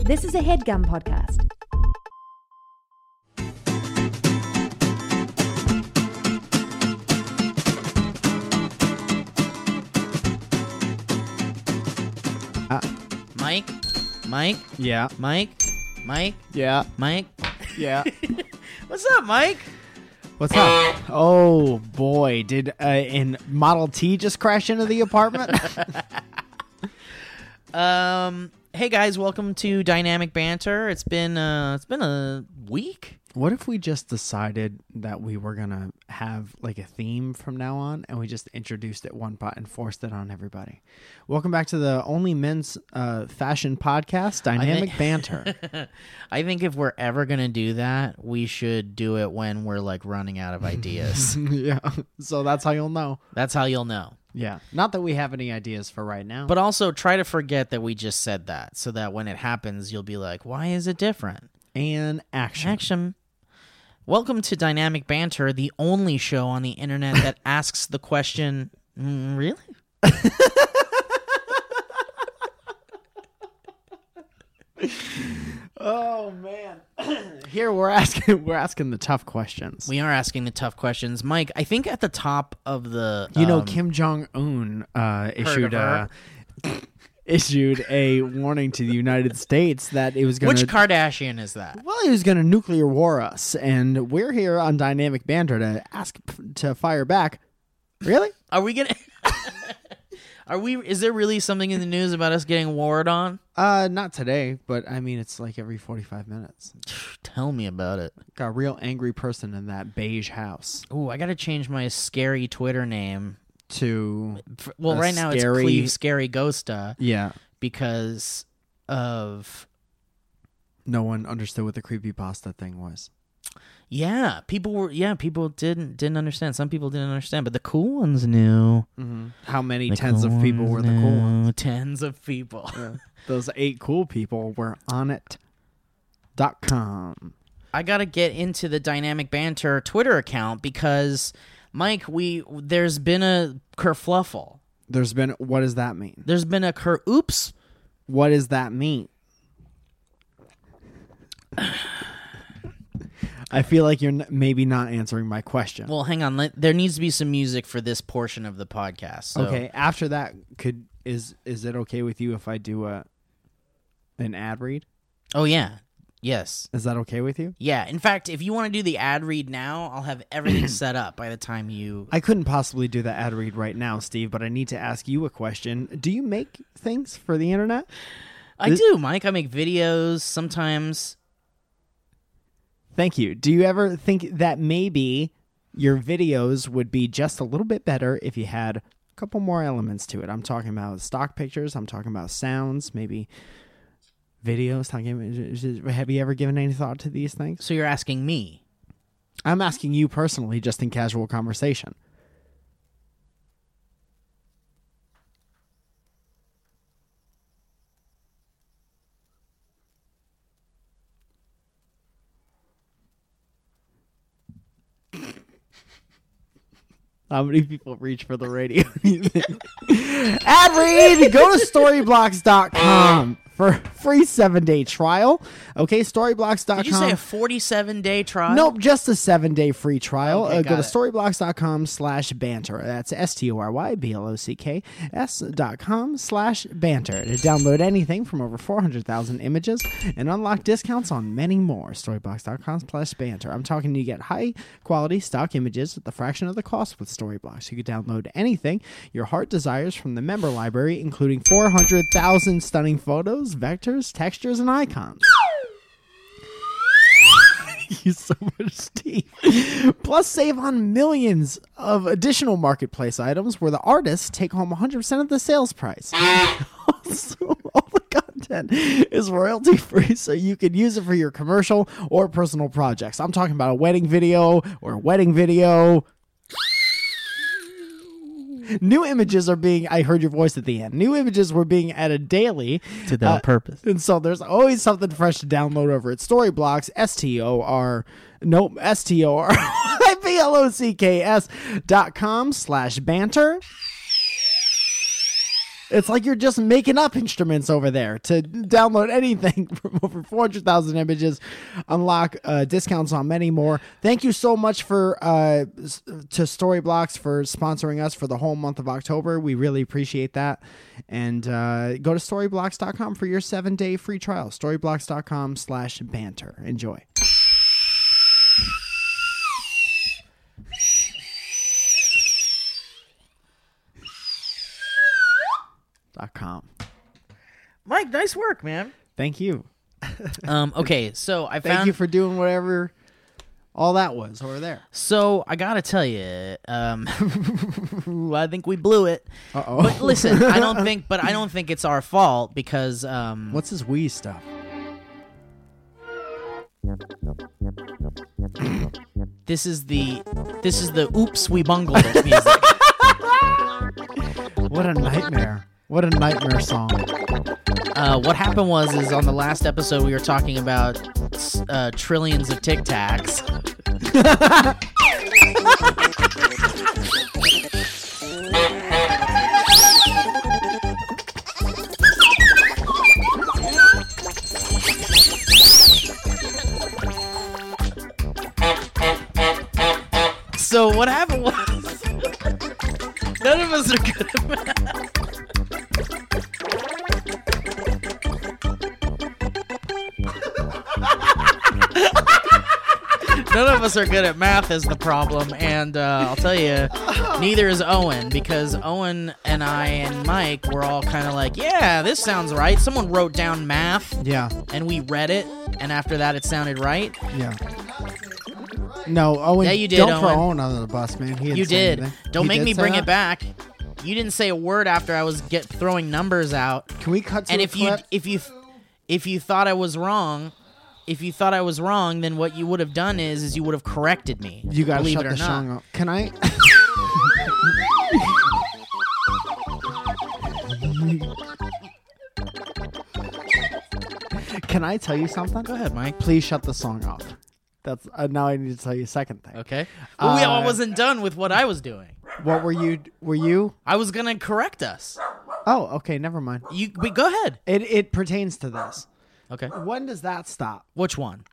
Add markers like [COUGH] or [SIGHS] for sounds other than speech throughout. This is a headgum podcast. Mike, Mike, Yeah. Mike, Mike, Yeah. Mike. Yeah. [LAUGHS] What's up, Mike? What's up? Oh boy, did uh, an Model T just crash into the apartment? [LAUGHS] Um, hey guys, welcome to Dynamic Banter. It's been uh, it's been a week. what if we just decided that we were gonna have like a theme from now on, and we just introduced it one pot and forced it on everybody? Welcome back to the only men's uh, fashion podcast, [LAUGHS] Dynamic Banter. I think if we're ever gonna do that, we should do it when we're like running [LAUGHS] out of ideas. yeah. So that's how you'll know. That's how you'll know. Yeah. Not that we have any ideas for right now. But also try to forget that we just said that, so that when it happens, you'll be like, "Why is it different?" and action. Action. Welcome to Dynamic Banter, the only show on the internet that [LAUGHS] asks the question, "Mm, "Really?" Oh man. Here we're asking [LAUGHS] we're asking the tough questions. We are asking the tough questions, Mike. I think at the top of the You know, um, Kim Jong Un uh, issued her. a, [LAUGHS] issued a warning to the United States that it was going which to Kardashian is that? well, he was going to nuclear war us, and we're here on Dynamic Banter to ask p- to fire back. Really? Are we gonna? [LAUGHS] are we? Is there really something in the news about us getting warred on? [LAUGHS] Uh, not today, but I mean, it's like every forty-five minutes. [SIGHS] Tell me about it. Got a real angry person in that beige house Oh, I gotta change my scary Twitter name. to F- Well, A right now it's scary- Cleve Scary Ghosta yeah. because of No one understood what the creepy pasta thing was. yeah, people were yeah people didn't didn't understand. Some people didn't understand, but the cool ones knew. Mm-hmm. How many The tens cool of people were ones the cool knew. ones? Tens of people. Those eight cool people were on it. Dot com. I gotta get into the dynamic banter Twitter account because Mike, we there's been a kerfluffle. There's been what does that mean? There's been a ker oops. What does that mean? I feel like you're n- maybe not answering my question. Well, hang on. Let, there needs to be some music for this portion of the podcast. So. okay, after that, could is is it okay with you if I do a an ad read? Oh yeah. Yes. Is that okay with you? Yeah. In fact, if you want to do the ad read now, I'll have [CLEARS THROAT] everything set up by the time you. I couldn't possibly do the ad read right now, Steve, but I need to ask you a question. Do you make things for the internet? I do, Mike. I make videos sometimes. Thank you. Do you ever think that maybe your videos would be just a little bit better if you had a couple more elements to it? I'm talking about stock pictures, I'm talking about sounds, maybe videos. Talking, have you ever given any thought to these things? So you're asking me. I'm asking you personally, just in casual conversation. [LAUGHS] How many people reach for the radio? [LAUGHS] Ad read! Go to storyblocks.com Uh. for a free seven day trial. Okay, storyblocks.com. Did you say a 47 day trial? Nope, just a seven day free trial. Okay, uh, go got to it. storyblocks.com slash banter. That's S T O R Y B L O C K S dot com slash banter to download anything from over 400,000 images and unlock discounts on many more. Storyblocks.com slash banter. I'm talking you get high quality stock images at the fraction of the cost with Storyblocks. You can download anything your heart desires from the member library, including 400,000 stunning photos, vectors, textures, and icons. you so much, Steve. Plus, save on millions of additional marketplace items where the artists take home 100% of the sales price. [LAUGHS] also, all the content is royalty free, so you can use it for your commercial or personal projects. I'm talking about a wedding video or a wedding video. New images are being, I heard your voice at the end. New images were being added daily To that uh, purpose. and so there's always something fresh to download over at Storyblocks, S T O R, nope, S T O R, [LAUGHS] B L O C K S dot com slash banter. It's like you're just making up instruments over there to download anything [LAUGHS] from over 400,000 images, unlock uh, discounts on many more. Thank you so much for uh, s- to Storyblocks for sponsoring us for the whole month of October. We really appreciate that. And uh, go to storyblocks.com for your seven day free trial. Storyblocks.com slash banter. Enjoy. Dot com. Mike, nice work, man. Thank you. Um, okay, so I Thank found. you for doing whatever all that was over there. so I gotta tell you, um, [LAUGHS] I think we blew it. Uh But oh. listen, I [LAUGHS] don't think, but I don't think it's our fault because um, What's this Wii stuff? this is the this is the oops we bungled it [LAUGHS] music. What a nightmare. What a nightmare song. uh, what happened was is on the last episode we were talking about s- uh, trillions of Tic Tacs. So what happened was [LAUGHS] none of us are good at math. None of us are good at math is the problem, and uh, I'll tell you, neither is Owen because Owen and I and Mike were all kind of like, "Yeah, this sounds right." Someone wrote down math, Yeah, and we read it, and after that, it sounded right. yeah. No, Owen. Yeah, you did, Don't throw Owen. Owen under the bus, man. He didn't You say did. anything. Don't He make did me say bring that? it back. You didn't say a word after I was get throwing numbers out. Can we cut to and a if you clip? if you if you thought I was wrong, if you thought I was wrong, then what you would have done is is you would have corrected me. You gotta believe shut it or the not. song up. Can I? [LAUGHS] Can I tell you something? Go ahead, Mike. Please shut the song up. That's uh, now I need to tell you a second thing. Okay. Well, we all Uh, wasn't done with what I was doing. What were you? Were you? I was gonna correct us. Oh, okay. Never mind. You, but go ahead. It it pertains to this. Okay. When does that stop? Which one?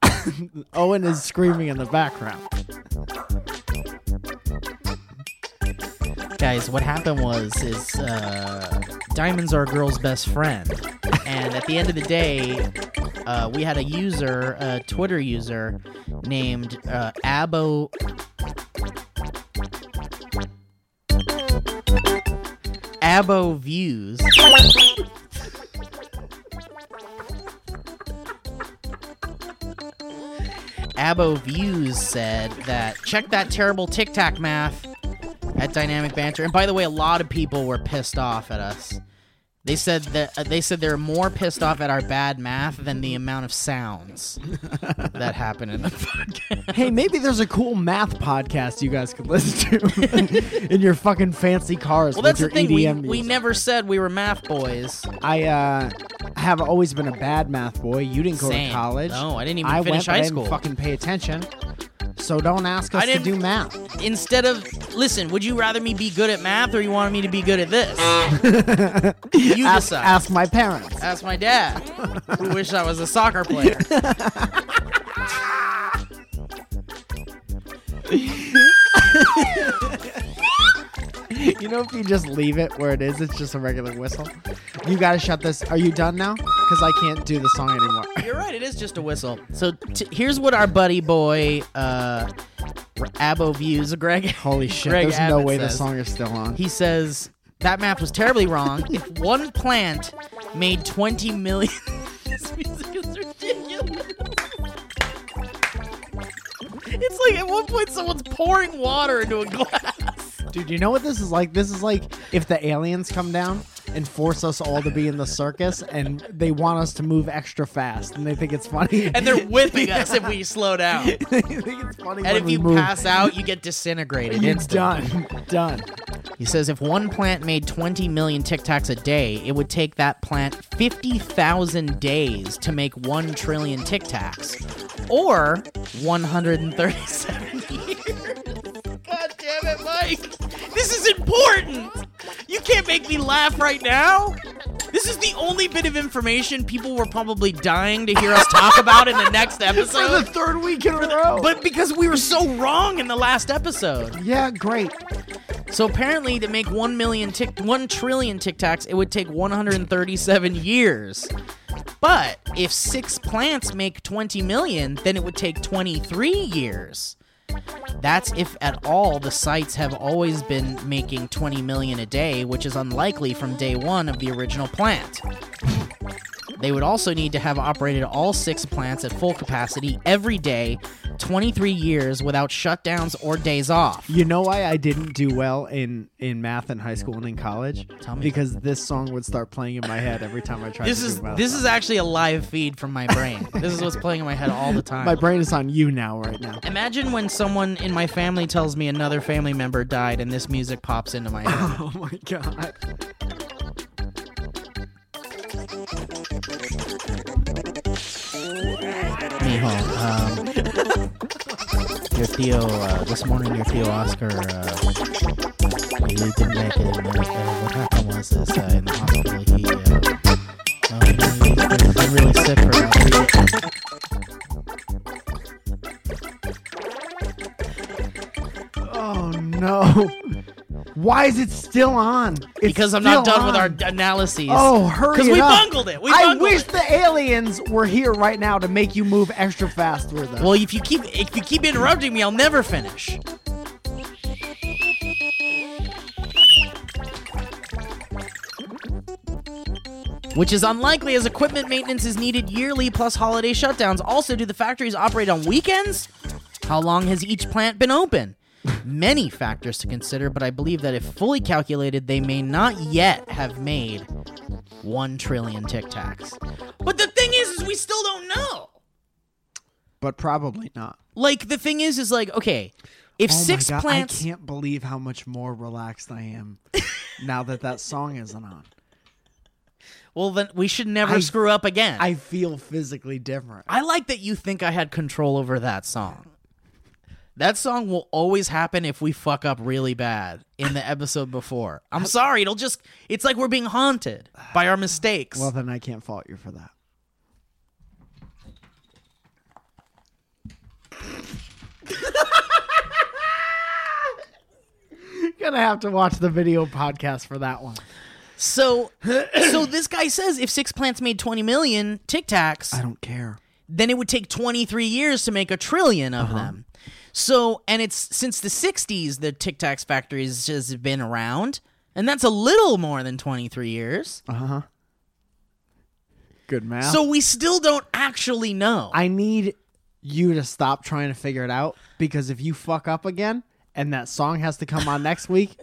Owen is screaming in the background. Guys, what happened was is uh, diamonds are a girl's best friend, and at the end of the day, uh, we had a user, a Twitter user named uh, Abo. Abo views. Abo views said that check that terrible Tic Tac math at Dynamic Banter. And by the way, a lot of people were pissed off at us. They said that uh, they said they're more pissed off at our bad math than the amount of sounds that happened in the podcast. Hey, maybe there's a cool math podcast you guys could listen to [LAUGHS] in your fucking fancy cars Well, with that's the your thing. We, EDM we music. never said we were math boys. I uh, have always been a bad math boy. You didn't go Same. to college. No, I didn't even I finish went, but high I didn't school. Fucking pay attention. So don't ask us I to didn't- do math. Instead of listen, would you rather me be good at math or you want me to be good at this? [LAUGHS] you Ask, decide. ask my parents. [LAUGHS] Ask my dad, who wished I was a soccer player. you know, if you just leave it where it is, it's just a regular whistle. You gotta shut this. Are you done now? Because I can't do the song anymore. You're right. It is just a whistle. So t- here's what our buddy boy, uh, Abo views Greg. Holy shit! Greg there's no Abbott way the says. song is still on. He says that math was terribly wrong. if one plant made 20 million, [LAUGHS] this music is ridiculous. It's like at one point someone's pouring water into a glass. Dude, you know what this is like? This is like if the aliens come down and force us all to be in the circus and they want us to move extra fast and they think it's funny. And they're [LAUGHS] whipping us if we slow down. [LAUGHS] they think it's funny. when And if we you move. pass out, you get disintegrated. you instantly. done. done. He says if one plant made 20 million Tic Tacs a day, it would take that plant 50,000 days to make 1 trillion Tic Tacs, or [LAUGHS] 137 years. God damn it, Mike! This is important. You You can't make me laugh right now. This is the only bit of information people were probably dying to hear us talk about in the next For the episode. third week in a row. But because we were so wrong in the last episode. yeah, great. So apparently to make 1 million tic 1 trillion Tic Tacs, it would take 137 years. But if 6 plants make 20 million, then it would take 23 years. That's if at all the sites have always been making 20 million a day, which is unlikely from day 1 of the original plant. They would also need to have operated all six plants at full capacity every day, 23 years without shutdowns or days off. You know why I didn't do well in in math in high school and in college? Tell me. Because this song would start playing in my head every time I tried This to is do math. this is actually a live feed from my brain. this is what's playing in my head all the time. my brain is on you now [LAUGHS] right now. Imagine when someone in my family tells me another family member died and this music pops into my head. Oh my god. [LAUGHS] Mijo, um, your Theo, uh, this morning your Theo Oscar, uh, he didn't make it. And, uh, uh, what happened was this, uh, in the hospital, he, uh, uh, he, he's been really sick for about three days. Oh no. [LAUGHS] Why is it still on? It's Because I'm not still done with our on. d- analyses. Oh, hurry Because it we up. bungled it. We I bungled wish it. the aliens were here right now to make you move extra fast with them. Well, if you keep if you keep interrupting me, I'll never finish. Which is unlikely as equipment maintenance is needed yearly plus holiday shutdowns. Also, do the factories operate on weekends? How long has each plant been open? Many factors to consider, but I believe that if fully calculated, they may not yet have made 1 trillion Tic Tacs. But the thing is, is we still don't know but probably not. like the thing is is like okay if Oh my six God, I plants can't believe how much more relaxed I am [LAUGHS] now that that song isn't on. well then we should never I- screw up again I, I feel physically different. like that you think i had control over that song that song will always happen if we fuck up really bad in the episode before i'm sorry it'll just it's like we're being haunted by our mistakes Well, then I can't fault you for that. Gonna have to watch the video podcast for that one. [CLEARS THROAT] so so this guy says if six plants made 20 million tic tacs I don't care. then it would take 23 years to make a trillion of Uh-huh. them. So, and it's since the 60s the Tic Tacs factories has been around, and that's a little more than 23 years. Uh huh. Good math. So we still don't actually know. I need you to stop trying to figure it out because if you fuck up again and that song has to come on next week,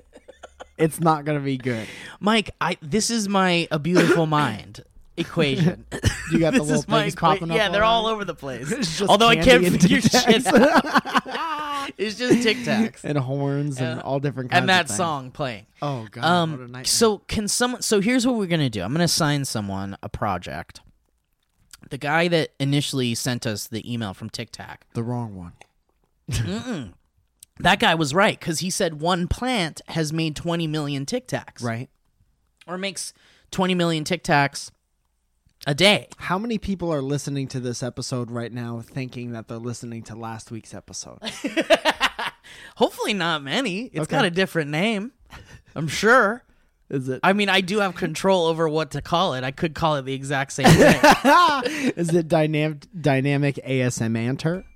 it's not gonna be good. Mike, I this is my a [COUGHS] beautiful mind equation. [LAUGHS] You [LAUGHS] got the This little is my things equa- popping up. Yeah, they're around. all over the place. [LAUGHS] It's just Although I can't candy and figure [LAUGHS] Tic shit Tacs. out. [LAUGHS] it's [LAUGHS] just Tic Tacs and horns and, all different kinds and that of things. song playing. Oh god, what a Um, nightmare. so can someone? So here's what we're gonna do. I'm gonna assign someone a project. The guy that initially sent us the email from Tic Tac, the wrong one. that guy was right because he said one plant has made 20 million Tic Tacs, Right. Or makes 20 million Tic Tacs a day. How many people are listening to this episode right now thinking that they're listening to last week's episode? Hopefully, not many. It's Okay. got a different name, I'm sure. [LAUGHS] Is it I mean, I do have control over what to call it. I could call it the exact same [LAUGHS] thing. is it dynamic dynamic ASM anter?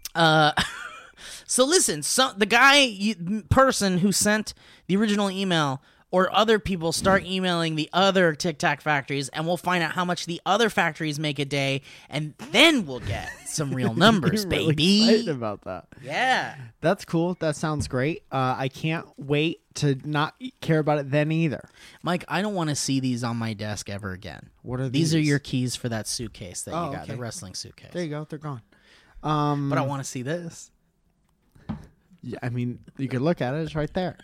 So listen, so the guy you, person who sent the original email or other people start emailing the other Tic Tac factories, and we'll find out how much the other factories make a day, and then we'll get some [LAUGHS] real numbers, [LAUGHS] Really baby. excited about that. yeah. That's cool. That sounds great. Uh, I can't wait to not care about it then either. Mike, I don't want to see these on my desk ever again. What are These are these? your keys for that suitcase that Oh, you got, the okay. wrestling suitcase. There you go. They're gone. Um, But I want to see this. yeah, I mean, you could look at it. It's right there.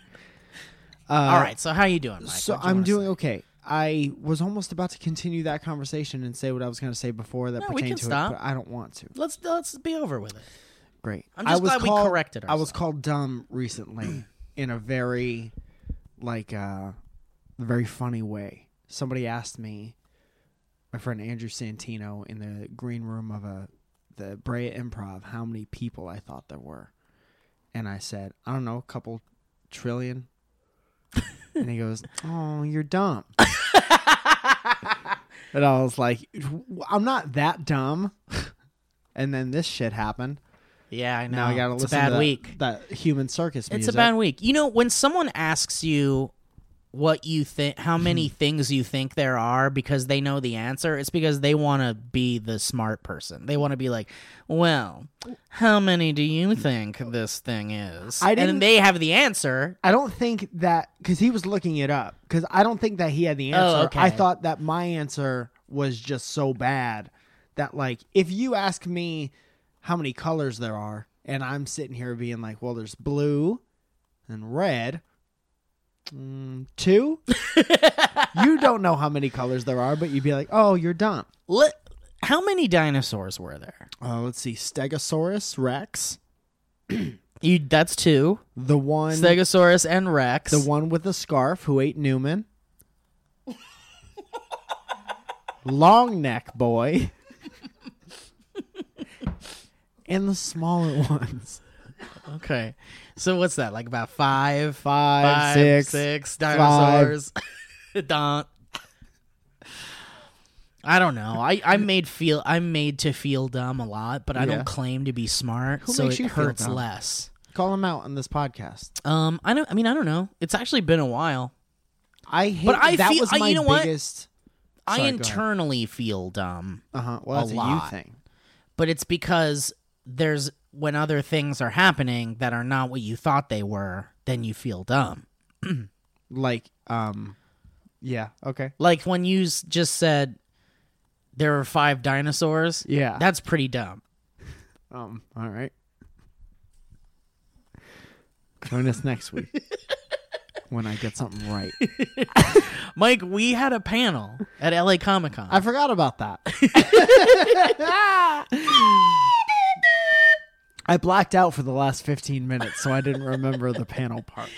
All right. So how you doing, Mike? Uh, So What'd you I'm wanna say? doing okay. I was almost about to continue that conversation and say what I was going to say before that No, we pertained can to stop. it, but I don't want to. Let's let's be over with it. Great. I'm just I was glad we called, corrected I was called dumb recently in a very like uh a very funny way. Somebody asked me, my friend Andrew Santino, in the green room of a the Brea Improv, how many people I thought there were, and I said, I don't know, a couple [LAUGHS] trillion. and he goes, "Oh, you're dumb." and I was like, "I'm not that dumb." [LAUGHS] and then this shit happened. Yeah, I know. Now I gotta it's listen a bad to that, week. that human circus music. It's a bad week. You know, when someone asks you what you think, how Hmm. many things you think there are, because they know the answer, it's because they want to be the smart person. They want to be like, "Well, how many do you think this thing is?" I didn't- and they have the answer. I don't think that because he was looking it up because I don't think that he had the answer. Oh, okay. I thought that my answer was just so bad that like if you ask me how many colors there are and I'm sitting here being like, well, there's blue and red, mm, [LAUGHS] two. you don't know how many colors there are, but you'd be like, oh, you're dumb. Let, how many dinosaurs were there? Oh, let's see, Stegosaurus Rex, You that's two. the one, Stegosaurus and Rex. the one with the scarf who ate Newman. long neck boy and the smaller ones okay. So what's that? Like about five, Five, five, six, six dinosaurs. [LAUGHS] Don't. I don't know. I I'm made feel I'm made to feel dumb a lot, but I Yeah. don't claim to be smart, Who so makes it you feel hurts dumb? less. call him out on this podcast Um, I don't. I mean, I don't know. It's actually been a while. i hate But I that feel- was I- my you know what? biggest I Sorry, go ahead. internally feel dumb, uh-huh well A that's a, you lot. thing but it's because there's when other things are happening that are not what you thought they were, then you feel dumb. like um yeah okay Like when you s- just said there were five dinosaurs. yeah That's pretty dumb. um all right join us [LAUGHS] next week when i get something right Mike, we had a panel at LA Comic Con. I forgot about that. [LAUGHS] I blacked out for the last 15 minutes, so I didn't remember the panel part.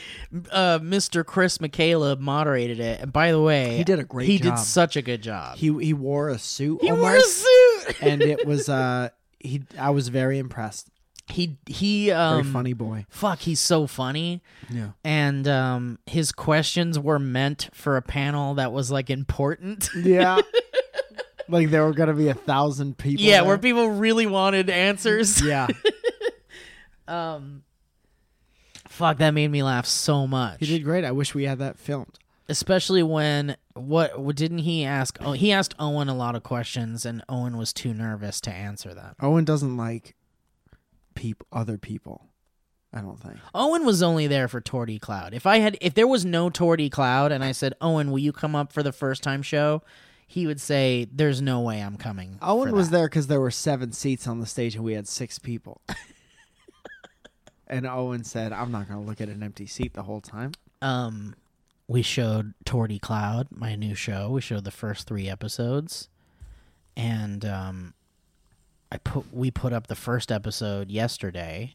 Uh, Mr. Chris McCaleb moderated it, and by the way, He did a great He job. did such a good job. He he wore a suit He wore a almost, suit. and it was uh he I was very impressed. he he Very um funny boy. fuck, he's so funny. Yeah. And um, his questions were meant for a panel that was like important. [LAUGHS] Yeah. like there were going to be a thousand people. yeah, there. where people really wanted answers. Yeah. Um, fuck, that made me laugh so much. He did great. I wish we had that filmed. especially when what what didn't he ask oh he asked owen a lot of questions and owen was too nervous to answer them Owen doesn't like peep other people. I don't think. owen was only there for torty cloud if i had if there was no torty cloud and i said owen will you come up for the first time show he would say there's no way i'm coming Owen for was that." there because there were seven seats on the stage and we had [LAUGHS] six people. and Owen said, "I'm not going to look at an empty seat the whole time." um we showed torty cloud my new show we showed the first three episodes and um i put we put up the first episode yesterday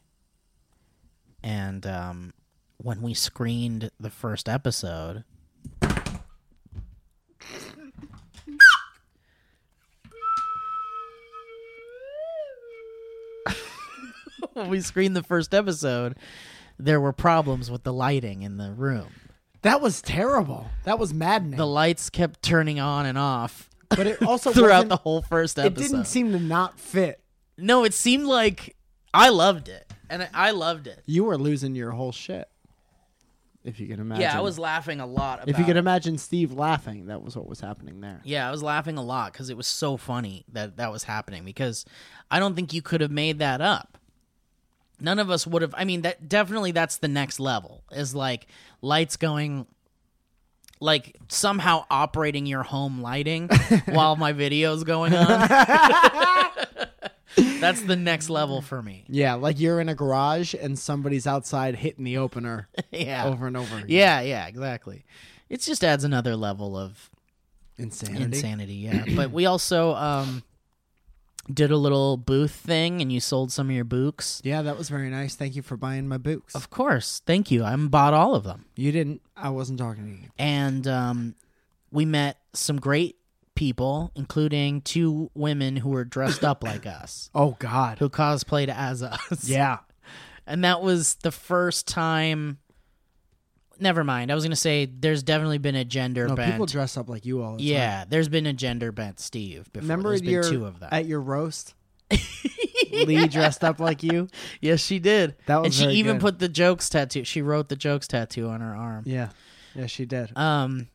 and um when we screened the first episode [LAUGHS] when we screened the first episode there were problems with the lighting in the room That was terrible. That was maddening. the lights kept turning on and off [LAUGHS] but it also throughout wasn't- the whole first It episode didn't seem to not fit. no it seemed like i loved it and I- i loved it You were losing your whole shit. If you can imagine. yeah i was laughing a lot about If you can it. imagine Steve laughing, that was what was happening there. yeah i was laughing a lot because it was so funny that that was happening because i don't think you could have made that up none of us would have i mean that definitely that's the next level is like lights going like somehow operating your home [LAUGHS] lighting while my video's going [LAUGHS] on that's the next level for me Yeah, like you're in a garage and somebody's outside hitting the opener [LAUGHS] yeah over and over. Again. yeah yeah exactly it just adds another level of [CLEARS THROAT] insanity. insanity yeah but we also um did a little booth thing and you sold some of your books. Yeah, that was very nice. Thank you for buying my books. Of course. Thank you. I bought all of them. You didn't. I wasn't talking to you. And um, we met some great people, including two women who were dressed up [COUGHS] like us, Oh God. who cosplayed as us. Yeah. [LAUGHS] And that was the first time. Never mind. I was going to say there's definitely been a gender No, bent. people dress up like you all. The Time. yeah, there's been a gender bent Steve before. Remember there's at been your two of them. at your [LAUGHS] roast. Lee dressed up like you. yes, she did. That was and she very even good. put the jokes tattoo. She wrote the jokes tattoo on her arm. Yeah. Yeah, she did. Um,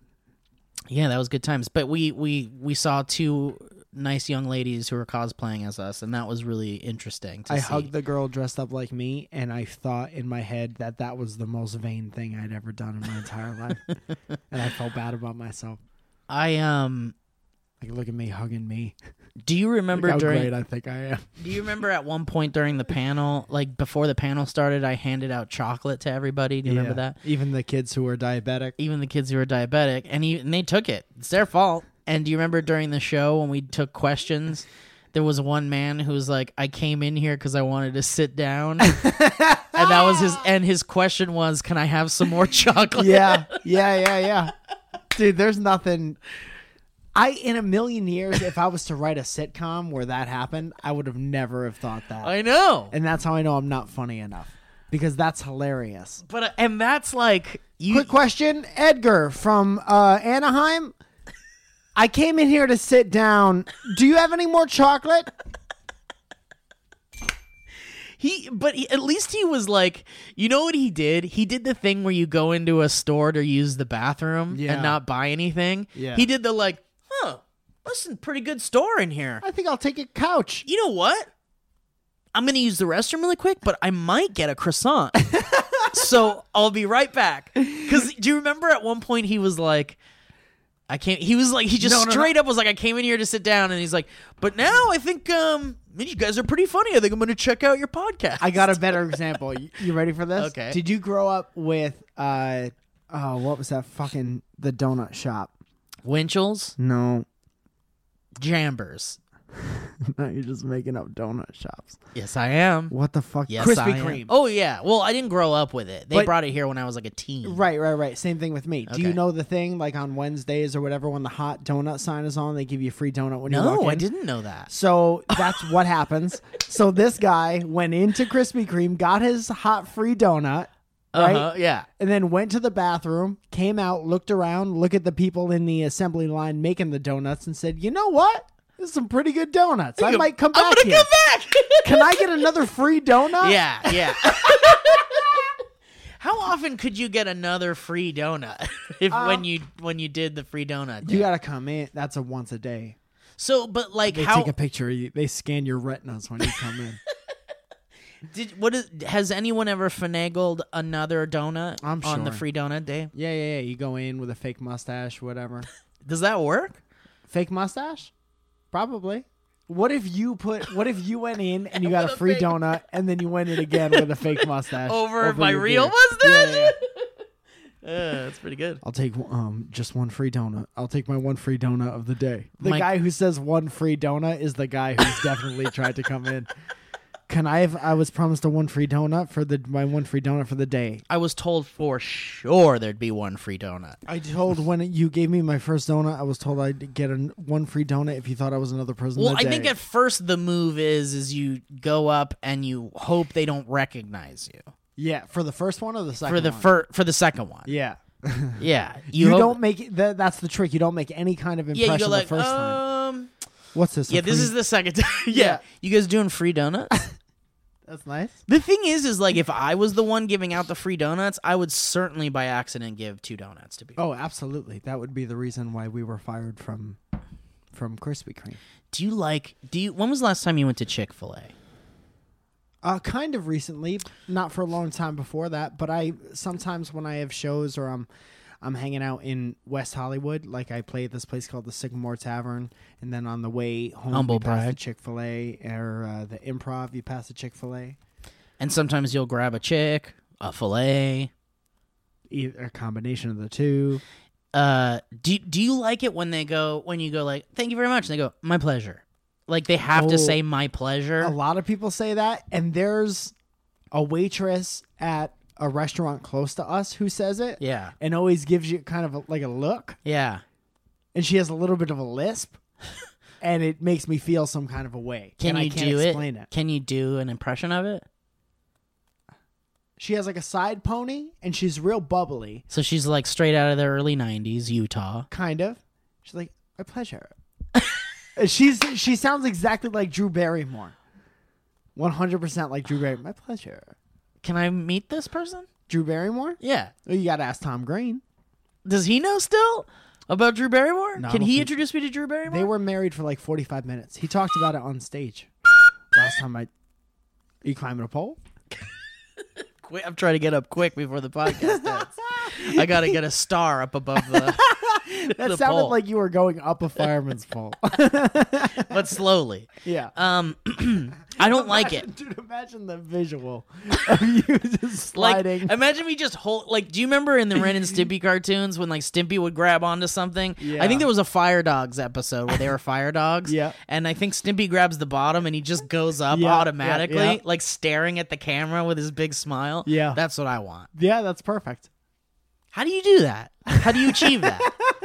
yeah, that was good times. But we we we saw two nice young ladies who were cosplaying as us, and that was really interesting. To I see. hugged the girl dressed up like me, and I thought in my head that that was the most vain thing I'd ever done in my entire [LAUGHS] life, and I felt bad about myself. I um. Like, look at me hugging me. Do you remember Look how during? great I think I am. Do you remember at one point during the panel, like before the panel started, I handed out chocolate to everybody. Do you remember Yeah. that? Even the kids who were diabetic. Even the kids who were diabetic, and, he, and they took it. It's their fault. And do you remember during the show when we took questions? There was one man who was like, "I came in here because I wanted to sit [LAUGHS] down," and that was his. And his question was, "Can I have some more [LAUGHS] chocolate?" Yeah, yeah, yeah, yeah. Dude, there's nothing. I in a million years, if I was to write a sitcom where that happened, I would have never have thought that. I know. and that's how I know I'm not funny enough because that's hilarious. But uh, and that's like you. Quick question, Edgar from uh, Anaheim. I came in here to sit down. Do you have any more chocolate? He, but he, at least he was like, you know what he did? He did the thing where you go into a store to use the bathroom Yeah. and not buy anything. Yeah. He did the like, huh, listen, pretty good store in here. I think I'll take a couch. You know what? I'm gonna use the restroom really quick, but I might get a [LAUGHS] croissant. so I'll be right back. Because do you remember at one point he was like. I can't. He was like, he just No, no, no. straight up was like, I came in here to sit down, and he's like, but now I think um, you guys are pretty funny. I think I'm going to check out your podcast. I got a better example. You, you ready for this? Okay. Did you grow up with uh oh, what was that fucking the donut shop? Winchell's, No. [LAUGHS] Jambers. No, you're just making up donut shops. Yes, I am. What the fuck? Yes, I Krispy am. Kreme. Oh yeah. Well, I didn't grow up with it. They But- brought it here when I was like a teen. Right, right, right. Same thing with me. Do you Okay. know the thing like on Wednesdays or whatever when the hot donut sign is on, they give you a free donut when you walk No, in? I didn't know that. So [LAUGHS] that's what happens. So this guy went into Krispy Kreme, got his hot free donut, right? Uh-huh, yeah. And then went to the bathroom, came out, looked around, looked at the people in the assembly line making the donuts, and said, "You know what? This is some pretty good donuts. I might come I'm back gonna here. [LAUGHS] come Can I get another free donut? back. [LAUGHS] yeah, yeah. [LAUGHS] How often could you get another free donut [LAUGHS] if when Um, you when you did the free donut? You day? gotta come in. That's a once a day. so, but like, They how take a picture. of you. They scan your retinas when you come in. did what is, has anyone ever finagled another donut I'm on the sure. free donut day? [LAUGHS] yeah, yeah, yeah. You go in with a fake mustache, whatever. Does that work? Fake mustache? Probably. What if you put? What if you went in [LAUGHS] and you got With a a free fake- donut, and then you went in again with a fake [LAUGHS] mustache over, my your real beard? mustache. [LAUGHS] Yeah, yeah. Uh, that's pretty good. I'll take um just one free donut. I'll take my one free donut of the day. The My- guy who says one free donut is the [LAUGHS] guy who's definitely tried to come in. Can I have? I was promised a one free donut for the my one free donut for the day. I was told for sure there'd be one free donut. I told when you gave me my first donut, I was told I'd get a one free donut if you thought I was another person. Well, of I the think day. at first the move is is you go up and you hope they don't recognize you yeah for the first one or the second for the one? fir- for the second one. yeah. Yeah, You, hope- don't make it, that, that's the trick. You don't make any kind of Yeah, impression you go like the first time. um. What's this? a Yeah, this free- is the second time. [LAUGHS] yeah. Yeah. you guys doing free donuts? [LAUGHS] that's nice. the thing is, is like if I was the one giving out the free donuts, I would certainly by accident give two donuts to people. Oh, absolutely. That would be the reason why we were fired from from Krispy Kreme. Do you like? Do you? When was the last time you went to Chick Fil A? Uh, kind of recently, not for a long time before that, but I sometimes when I have shows or I'm I'm hanging out in West Hollywood, like I play at this place called the Sycamore Tavern, and then on the way home Humble you pass the brag. Chick Fil A or uh, the Improv, you pass the Chick Fil A, And sometimes you'll grab a chick, a fillet. either E, a combination of the two. Uh, do do you like it when they go when you go like thank you very much and they go my pleasure. Like they have Oh. to say my pleasure. A lot of people say that, and there's a waitress at a restaurant close to us who says it. Yeah. And always gives you kind of a, like a look, Yeah. and she has a little bit of a lisp, [LAUGHS] and it makes me feel some kind of a way. Can and you I can't do explain it? Can you do an impression of it? She has like a side pony, and she's real bubbly, So she's like straight out of the early '90s, Utah. kind of. She's like, [LAUGHS] my pleasure. she's she sounds exactly like Drew Barrymore, one hundred percent like Drew Barrymore. My pleasure. Can I meet this person? Drew Barrymore. Yeah. Well, you got to ask Tom Green. Does he know still about Drew Barrymore? No, I Can don't he think- introduce me to Drew Barrymore? They were married for like 45 minutes. He talked about it on stage. Last time I. you climbing a pole? Wait, I'm trying to get up quick before the [LAUGHS] podcast ends. I gotta get a star up above the, [LAUGHS] That The sounded pole. like you were going up a fireman's pole. [LAUGHS] but slowly. yeah. Um, [CLEARS THROAT] I don't like it. [LAUGHS] Dude, imagine the visual of you [LAUGHS] [LAUGHS] just Like, sliding. imagine me just hold. Like, do you remember in the Ren [LAUGHS] and Stimpy cartoons when like Stimpy would grab onto something? I Yeah. think there was a Fire Dogs episode where they were Fire Dogs. Yeah. And I think Stimpy grabs the bottom and he just goes up Yeah, yeah, automatically, yeah. like staring at the camera with his big smile. Yeah. That's what I want. yeah, that's perfect. How do you do that? How do you achieve [LAUGHS] that?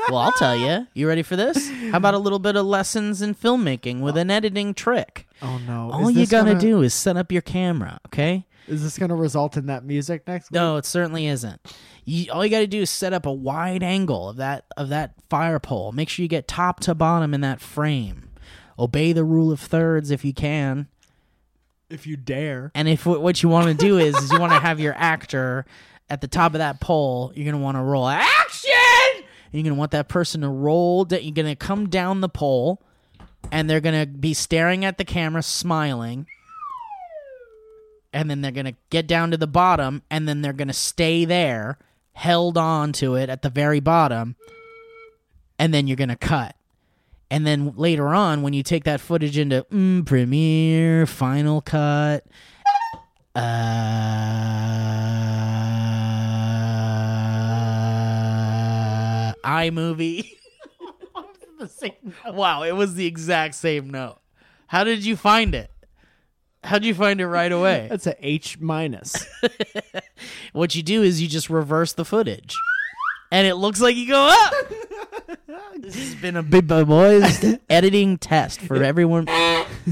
well, I'll tell you. You ready for this? How about a little bit of lessons in filmmaking with an editing trick? Oh no. All Is you this gotta gonna- do is set up your camera, okay? Is this going to result in that music next week? No, it certainly isn't. You, all you got to do is set up a wide angle of that of that fire pole. Make sure you get top to bottom in that frame. Obey the rule of thirds if you can. If [LAUGHS] you dare. And if what- what you want to do is, is you want to have your actor at the top of that pole, you're gonna want to roll action. And you're gonna want that person to roll. That you're gonna come down the pole, and they're gonna be staring at the camera, smiling. And then they're gonna get down to the bottom, and then they're gonna stay there, held on to it at the very bottom. And then you're gonna cut. And then later on, when you take that footage into mm, Premiere, Final Cut, uh, iMovie. [LAUGHS] wow, it was the exact same note. How did you find it? How'd you find it right [LAUGHS] away? That's a H minus. [LAUGHS] what you do is you just reverse the footage, and it looks like you go up. [LAUGHS] this has been a big boy boys [LAUGHS] editing test for everyone.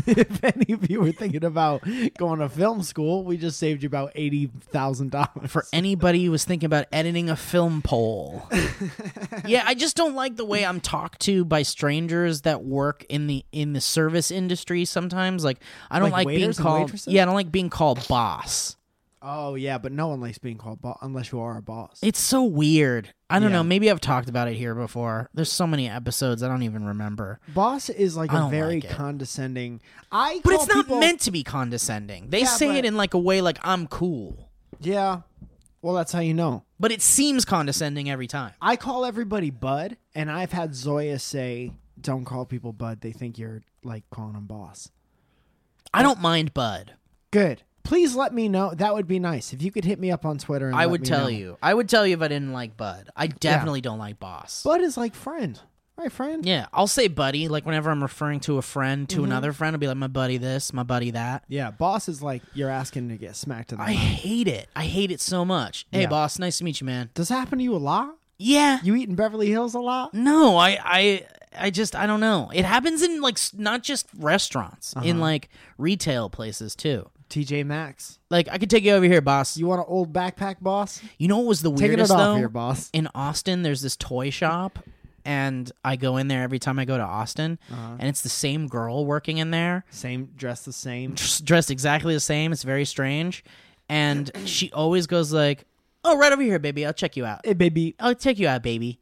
if any of you were thinking about going to film school, we just saved you about $80,000. for anybody who was thinking about editing a film poll. [LAUGHS] yeah, I just don't like the way I'm talked to by strangers that work in the in the service industry sometimes. Like I don't Like like, being waiters and called waitresses? Yeah, I don't like being called boss. Oh yeah, but no one likes being called boss unless you are a boss. It's so weird. I don't Yeah. know, maybe I've talked about it here before. There's so many episodes I don't even remember. boss is like I a don't very like it. condescending. I But call it's not people- meant to be condescending. They Yeah, say but- it in like a way like I'm cool. Yeah. Well, that's how you know. But it seems condescending every time. I call everybody Bud, and I've had Zoya say, "Don't call people Bud. They think you're like calling them boss." I don't mind Bud. Good. Please let me know. That would be nice if you could hit me up on Twitter. And I let would me tell know. you. I would tell you if I didn't like Bud. I definitely don't like Boss. Bud is like friend, right? Friend. yeah, I'll say buddy. Like whenever I'm referring to a friend Mm-hmm. to another friend, I'll be like my buddy this, my buddy that. Yeah. Boss is like you're asking to get smacked in the. I mouth. hate it. I hate it so much. Hey, Yeah. boss, nice to meet you, man. Does that happen to you a lot? Yeah. You eat in Beverly Hills a lot? No, I, I, I just, I don't know. It happens in like s- not just restaurants, Uh-huh. in like retail places too. TJ Maxx. Like I could take you over here, boss. You, You want an old backpack, boss? know what was the Taking it weirdest off though? here, boss. in Austin, there's this toy shop, and I go in there every time I go to Austin, Uh-huh. and it's the same girl working in there, Same dress, the same. just dressed exactly the same. It's very strange, and she always goes like, "Oh, right over here, baby. I'll check you out. Hey, baby. I'll take you out, baby."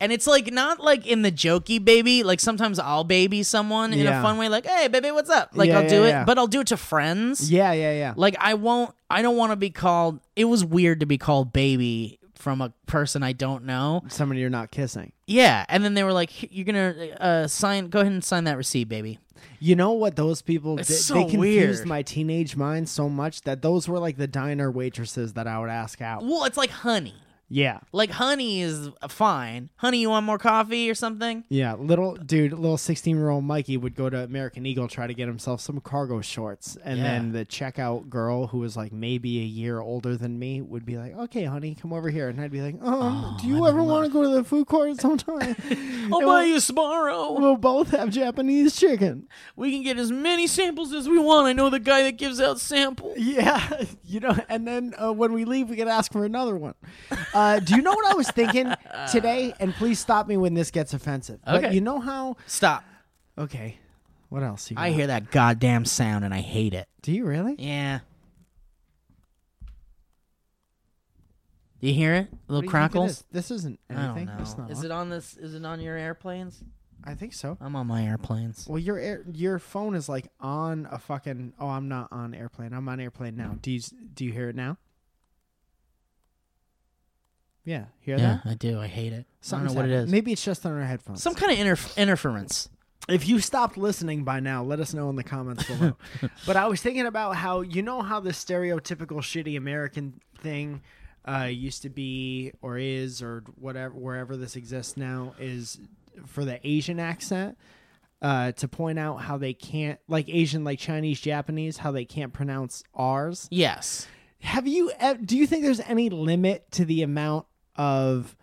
And it's like not like in the jokey baby. Like sometimes I'll baby someone in Yeah. a fun way, like, "Hey, baby, what's up?" Like Yeah, I'll do yeah, it, yeah. but I'll do it to friends. Yeah, yeah, yeah. Like I won't I don't want to be called it was weird to be called baby from a person I don't know. Somebody you're not kissing. Yeah, and then they were like, "Here- "You're gonna uh, sign. Go ahead and sign that receipt, baby." You know what those people did? It's so they confused weird. my teenage mind so much that those were like the diner waitresses that I would ask out. Well, it's like honey. Yeah. Like honey is fine. Honey, you want more coffee or something? Yeah, little dude, little sixteen-year-old Mikey would go to American Eagle try to get himself some cargo shorts, and Yeah. then the checkout girl, who was like maybe a year older than me, would be like, "Okay, honey, come over here," and I'd be like, Oh, "Um, do you I ever want to go to the food court [LAUGHS] sometime? [LAUGHS] I'll And buy we'll, you Sbarro. we'll both have Japanese chicken." We can get as many samples as we want. I know the guy that gives out samples. Yeah, [LAUGHS] you know, and then uh, when we leave, we could ask for another one. Uh, do you know what I was [LAUGHS] thinking today? And please stop me when this gets offensive. But Okay. you know how? Stop. Okay, what else? You I got? hear that goddamn sound and I hate it. Do you really? Yeah. Do you hear it? Little What do you think it crackles? is? This isn't I don't anything. It's know. not Is on. it on this? Is it on your airplanes? I think so. I'm on my airplanes. Well, your air, your phone is like on a fucking. Oh, I'm not on airplane. I'm on airplane now. Do you s- do you hear it now? Yeah, hear Yeah, that? I do. I hate it. I don't Something's know what it happening. is. Maybe it's just on our headphones. Some kind of interf- interference. if you stopped listening by now, let us know in the comments below. but I was thinking about how you know how the stereotypical shitty American thing uh, used to be, or is, or whatever, wherever this exists now, is for the Asian accent uh, to point out how they can't, like Asian, like Chinese, Japanese, how they can't pronounce R's. Yes. Have you? ev- Do you think there's any limit to the amount of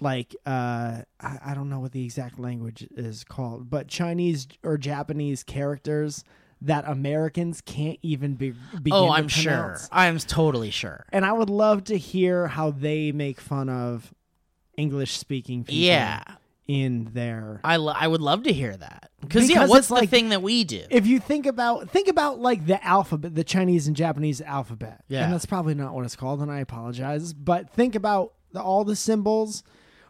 like uh I, I don't know what the exact language is called, but Chinese or Japanese characters that Americans can't even be, begin Oh, to I'm sure. pronounce? I'm totally sure. And I would love to hear how they make fun of English speaking people Yeah. in their I, lo- I would love to hear that. Because, yeah, Because what's it's the like- thing that we do? if you think about think about like the alphabet, the Chinese and Japanese alphabet. Yeah. And that's probably not what it's called, and I apologize. But think about the, all the symbols.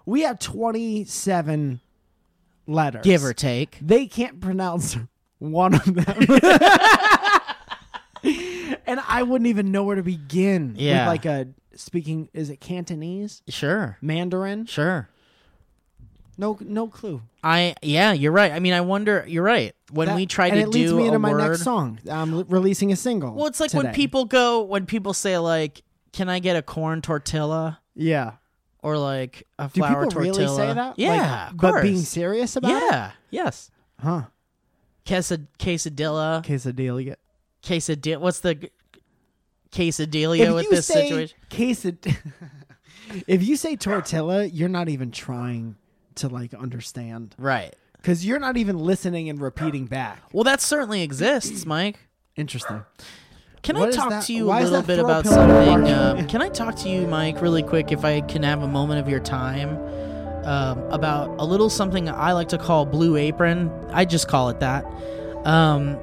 We have twenty seven letters. Give or take. They can't pronounce [LAUGHS] one of them. [LAUGHS] and I wouldn't even know where to begin. with, Yeah. like a speaking is it Cantonese? Sure. Mandarin? Sure. No no clue. I, yeah, you're right. I mean, I wonder, you're right. When That- we try and to it do leads me into a my word. next song. I'm l- releasing a single. Well, it's like when today. people go, when people say, like, can I get a corn tortilla? Yeah. Or like a Do flour people tortilla? really say that? Like, Yeah, of but being course. serious about it, yeah, yes. huh? Quesad- quesadilla, Quesadilla. quesadilla. What's the g- quesadilla If with you this say situation? quesad- [LAUGHS] if you say tortilla, you're not even trying to like understand Right. because you're not even listening and repeating back. Well, that certainly exists, Mike. Interesting. Can What I is talk that- to you why a is little that bit throw about pillow something? barking? Um, can I talk to you, Mike, really quick, if I can have a moment of your time? Um, about a little something I like to call Blue Apron. I just call it that. Um,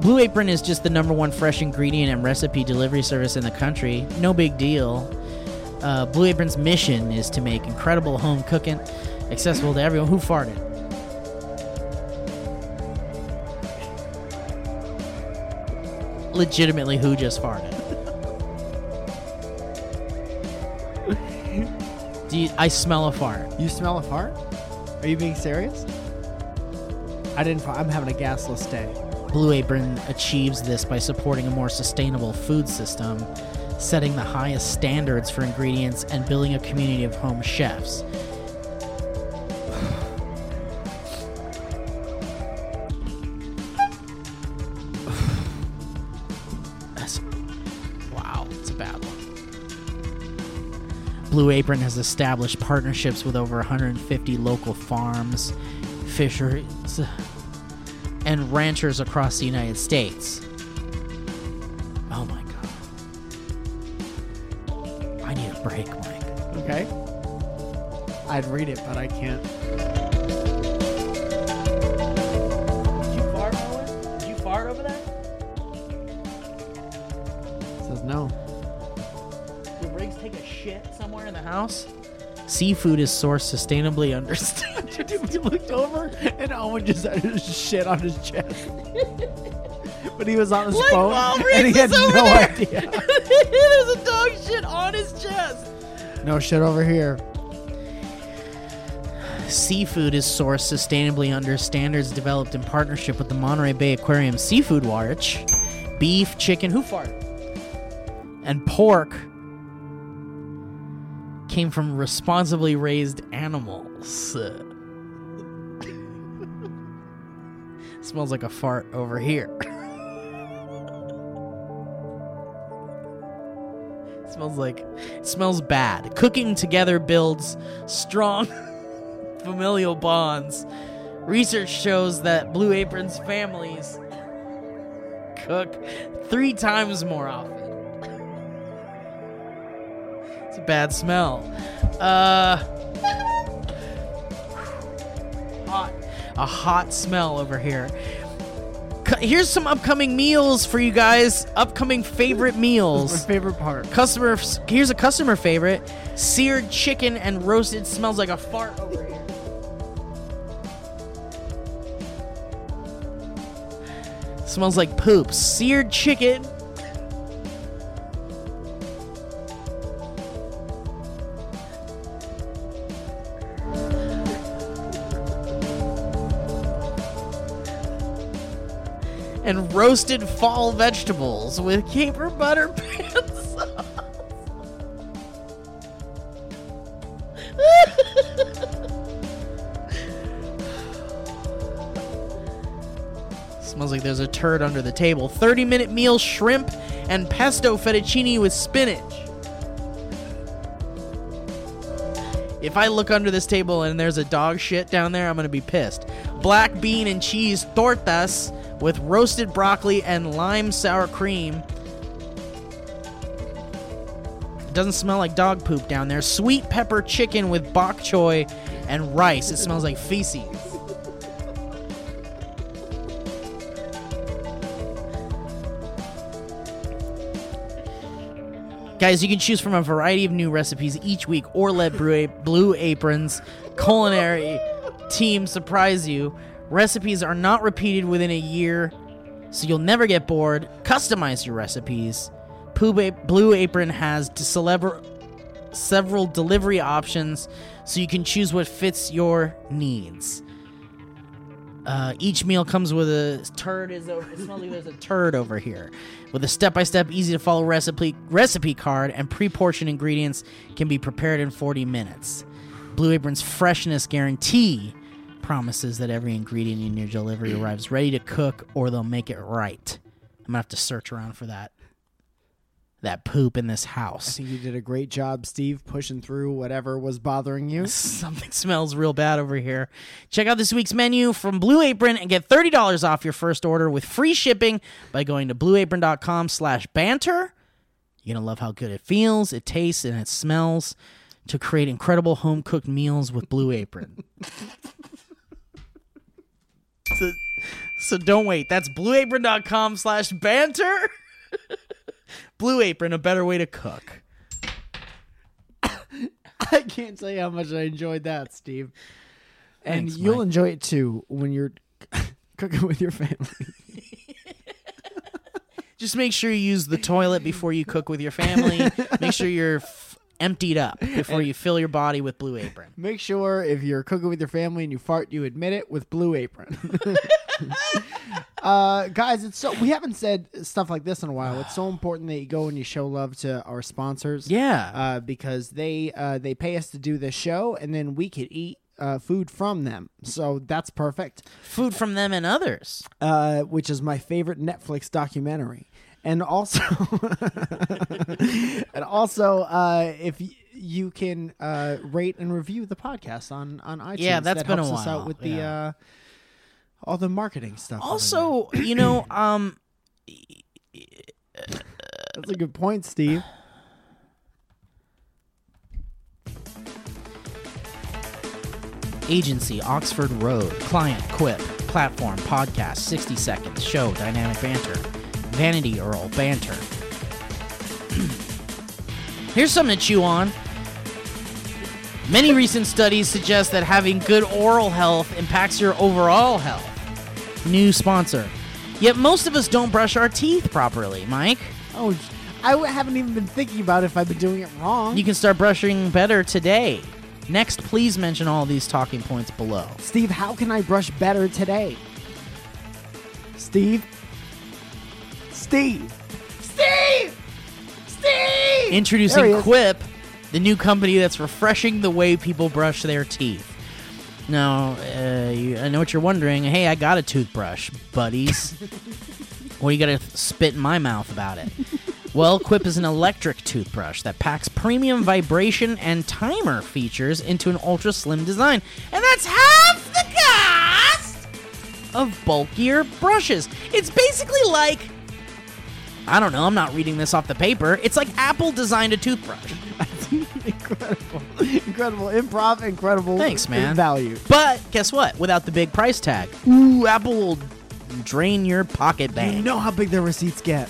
Blue Apron is just the number one fresh ingredient and recipe delivery service in the country. No big deal. Uh, Blue Apron's mission is to make incredible home cooking accessible to everyone. Who farted? Legitimately, who just farted? Do you, I smell a fart. You smell a fart? Are you being serious? I didn't. Fart. I'm having a gasless day. Blue Apron achieves this by supporting a more sustainable food system, setting the highest standards for ingredients, and building a community of home chefs. That's, wow, it's a bad one. Blue Apron has established partnerships with over 150 local farms, fisheries, and ranchers across the United States. Oh my god. I need a break, Mike. Okay. I'd read it, but I can't. Did you fart, Owen? Did you fart over there? It says no. Did Riggs take a shit somewhere in the house? Seafood is sourced sustainably under [LAUGHS] [LAUGHS] Dude, we looked over and Owen just had his shit on his chest. [LAUGHS] but he was on his Like, phone while and he Riggs had is over no there. idea. There's a dog shit on his chest. [LAUGHS] No shit over here. Seafood is sourced sustainably under standards developed in partnership with the Monterey Bay Aquarium Seafood Watch. Beef, chicken, who farted? And pork came from responsibly raised animals. [LAUGHS] Smells like a fart over here. [LAUGHS] smells like smells bad. Cooking together builds strong [LAUGHS] familial bonds. Research shows that Blue Aprons families cook three times more often. [LAUGHS] It's a bad smell. Uh, hot, a hot smell over here. C- Here's some upcoming meals for you guys. Upcoming favorite My [LAUGHS] meals. favorite part. Customer, here's a customer favorite: seared chicken and roasted. Smells like a fart over here. smells like poop. Seared chicken. And roasted fall vegetables with caper butter [LAUGHS] pan sauce. Smells like there's a turd under the table. 30 minute meal shrimp and pesto fettuccine with spinach. If I look under this table and there's a dog shit down there, I'm going to be pissed. Black bean and cheese tortas with roasted broccoli and lime sour cream. It doesn't smell like dog poop down there. Sweet pepper chicken with bok choy and rice. It smells like feces. Guys, you can choose from a variety of new recipes each week or let Blue, Blue Apron's culinary team surprise you. Recipes are not repeated within a year, so you'll never get bored. Customize your recipes. Poo Ba- Blue Apron has to celebra- several delivery options, so you can choose what fits your needs. Uh, each meal comes with a turd is over. It smells like there's a turd over here, with a step-by-step, easy-to-follow recipe recipe card and pre-portioned ingredients can be prepared in 40 minutes. Blue Apron's freshness guarantee promises that every ingredient in your delivery arrives ready to cook, or they'll make it right. I'm gonna have to search around for that that poop in this I house. think you did a great job, Steve, pushing through whatever was bothering [LAUGHS] you. Something smells real bad over here. Check out this week's menu from Blue Apron and get $30 off your first order with free shipping by going to blueapron.com slash banter. You're going to love how good it feels, it tastes, and it smells to create incredible home cooked meals with Blue Apron. [LAUGHS] so, so don't wait. That's blueapron.com slash banter. [LAUGHS] Blue Apron, a better way to cook. [LAUGHS] I can't tell you how much I enjoyed that, Steve. And Thanks, you'll Mike. enjoy it too when you're [LAUGHS] cooking with your family. Just make sure you use the toilet before you cook with your family. make sure you're f- emptied up before you fill your body with Blue Apron. Make sure if you're cooking with your family and you fart, you admit it with Blue Apron. uh, guys, it's so we haven't said stuff like this in a while. It's so important that you go and you show love to our sponsors. Yeah. uh, because they uh, they pay us to do this show, and then we could eat uh, food from them. So that's perfect. Food from them and others. Uh, which is my favorite Netflix documentary, and also [LAUGHS] and also uh, if. Y- you can uh, rate and review the podcast on on iTunes. Yeah, that's that been a helps us while, out with the yeah. uh, all the marketing stuff. over there. Also, you know, um, that's a good point, Steve. agency Oxford Road, client Quip, platform podcast 60 seconds, show dynamic banter, vanity Earl banter. [CLEARS THROAT] Here's something to chew on. Many recent studies suggest that having good oral health impacts your overall health. New sponsor. Yet most of us don't brush our teeth properly, Mike. Oh, j- I w- haven't even been thinking about if I've been doing it wrong. You can start brushing better today. Next, please mention all these talking points below. Steve, how can I brush better today? Steve? Steve! Steve! Steve! Introducing There he is. Quip, the new company that's refreshing the way people brush their teeth. Now, uh, you, I know what you're wondering. Hey, I got a toothbrush, [LAUGHS] buddies. what are you going to spit in my mouth about it? Well, Quip is an electric toothbrush that packs premium vibration and timer features into an ultra slim design. And that's half the cost of bulkier brushes. It's basically like I don't know, I'm not reading this off the paper. It's like Apple designed a toothbrush. incredible, incredible improv, incredible. Thanks, man. Value. But guess what? Without the big price tag. Ooh, Apple will drain your pocket bank. You know how big their receipts get.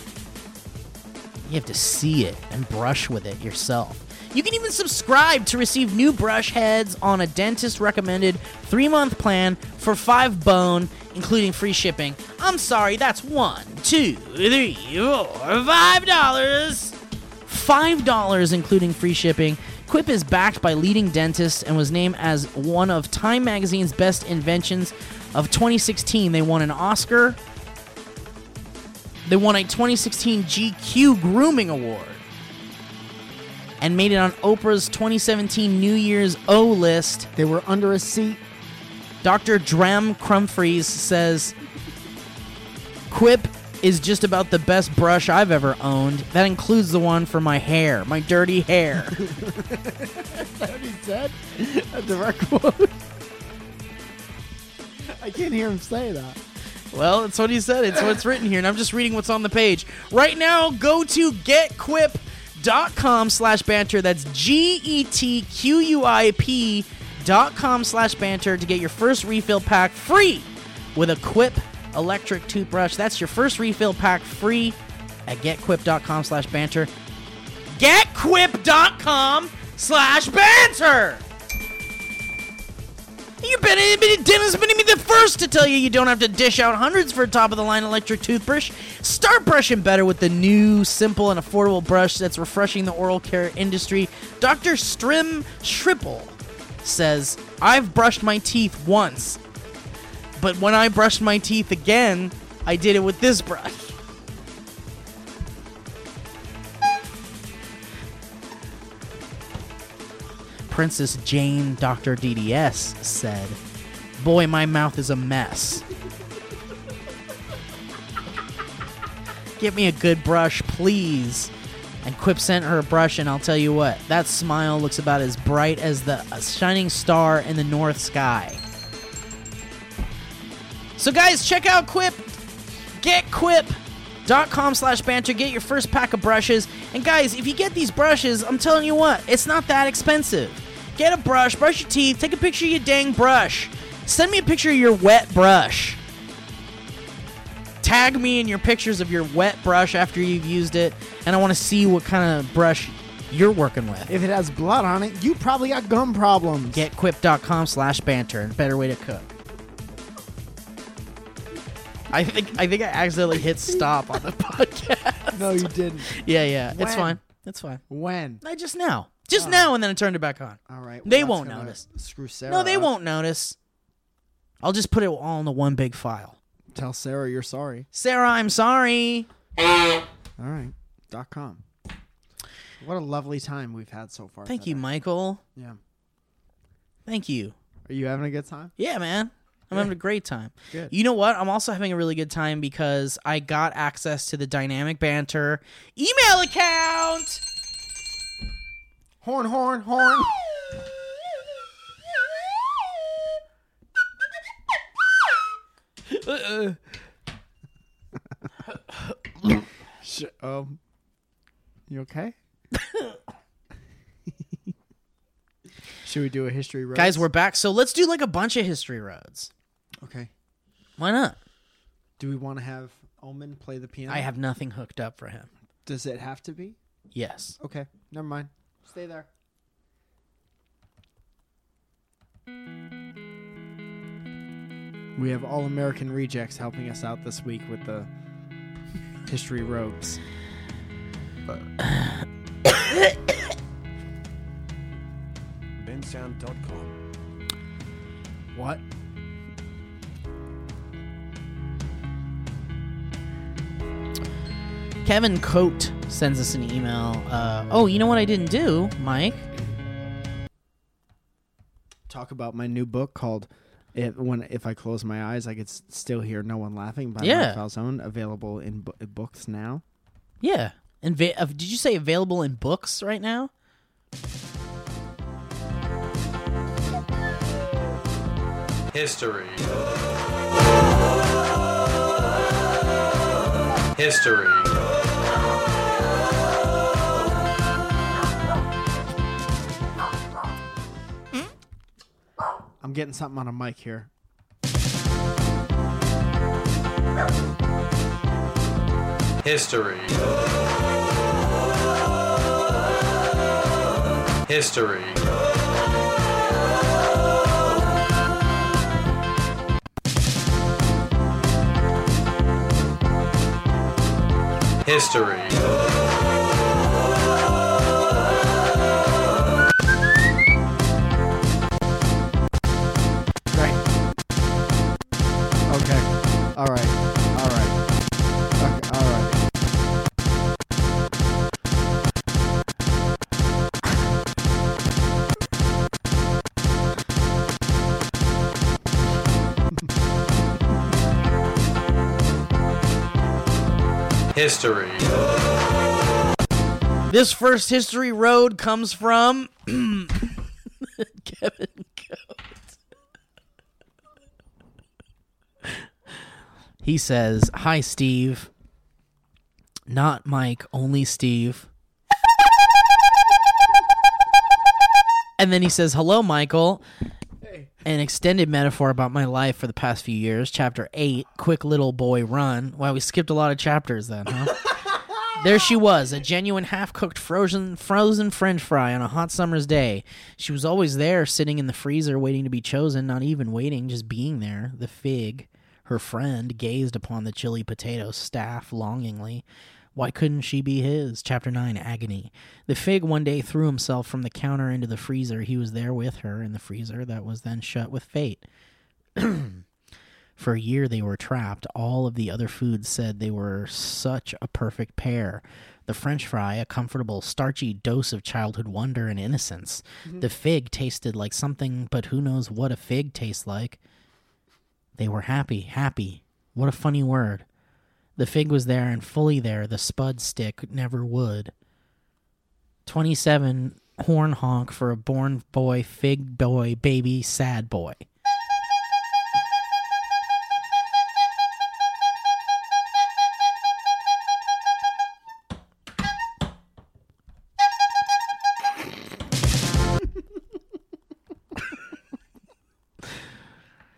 You have to see it and brush with it yourself. You can even subscribe to receive new brush heads on a dentist recommended three month plan for five bone, including free shipping. I'm sorry, that's one, two, three, four, five dollars. Five dollars, including free shipping. Quip is backed by leading dentists and was named as one of Time Magazine's best inventions of 2016. They won an Oscar. They won a 2016 GQ Grooming Award and made it on Oprah's 2017 New Year's O list. They were under a [LAUGHS] seat. Dr. Dram Crumfries says Quip is just about the best brush I've ever owned. That includes the one for my hair, my dirty hair. He said a direct quote. I can't hear him say that. well, it's what he said. It's what's written here, and I'm just reading what's on the page. Right now, go to getquip.com slash banter. That's G E T Q U I P dot com slash banter to get your first refill pack free with a Quip electric toothbrush. That's your first refill pack free at getquip.com slash banter. Getquip.com slash banter. You better be Dennis better be the first to tell you you don't have to dish out hundreds for a top of the line electric toothbrush. Start brushing better with the new, simple, and affordable brush that's refreshing the oral care industry. Dr. Strim Shriple says, I've brushed my teeth once, but when I brushed my teeth again, I did it with this brush. Princess Jane Dr. DDS said, Boy, my mouth is a mess. Get me a good brush, please. And Quip sent her a brush, and I'll tell you what, that smile looks about as bright as the uh, shining star in the north sky. So, guys, check out Quip. GetQuip.com slash banter. Get your first pack of brushes. And, guys, if you get these brushes, I'm telling you what, it's not that expensive. Get a brush, brush your teeth, take a picture of your dang brush. Send me a picture of your wet brush. Tag me in your pictures of your wet brush after you've used it, and I want to see what kind of brush you're working with. If it has blood on it, you probably got gum problems. getquip.com slash banter and better way to cook i think i think i accidentally hit stop on the [LAUGHS] podcast [LAUGHS] no, you didn't. yeah yeah it's When? fine it's fine When? i just now Oh. just now and then i turned it back on All right. They that's won't gonna notice. Screw Sarah. no they up. won't notice i'll just put it all into one big file Tell Sarah you're sorry. sarah i'm sorry All right. Dot com. What a lovely time we've had so far. thank you today. michael Yeah. thank you Are you having a good time? Yeah, man. I'm having a great time. Good. You know what? I'm also having a really good time because I got access to the Dynamic Banter email account. Horn, horn, horn. Sh- um, [LAUGHS] you okay? Should we do a history road? Guys, we're back. So let's do like a bunch of history roads. okay. Why not? Do we want to have Omen play the piano? I have nothing hooked up for him. Does it have to be? Yes. Okay, never mind. Stay there. We have All American Rejects helping us out this week with the history ropes. bensound.com. What? Kevin Coate sends us an email. Uh, oh, you know what I didn't do, Mike? Talk about my new book called if, when if I close my eyes, I could s- still hear no one laughing by Yeah. Raphael Zone, available in bo- books now. Yeah. Inva- uh, did you say available in books right now? History. History. I'm getting something on a mic here. History. History. History. Right. Okay. All right. All right. Okay. All right. History. This first history road comes from [LAUGHS] Kevin Coates. he says, "Hi, Steve. Not Mike, only Steve." And then he says, "Hello, Michael." An extended metaphor about my life for the past few years. Chapter eight, quick little boy run. Wow, we skipped a lot of chapters then, huh? There she was, a genuine half-cooked frozen frozen french fry on a hot summer's day. She was always there, sitting in the freezer waiting to be chosen, not even waiting, just being there. The fig, her friend, gazed upon the chili potato staff longingly. Why couldn't she be his? Chapter 9 Agony. The fig one day threw himself from the counter into the freezer. He was there with her in the freezer that was then shut with fate. For a year they were trapped. All of the other foods said they were such a perfect pair. The french fry, a comfortable, starchy dose of childhood wonder and innocence. The fig tasted like something, but who knows what a fig tastes like. They were happy, happy. What a funny word. The fig was there and fully there. The spud stick never would. 27 horn honk for a born boy, fig boy, baby, sad [LAUGHS] boy.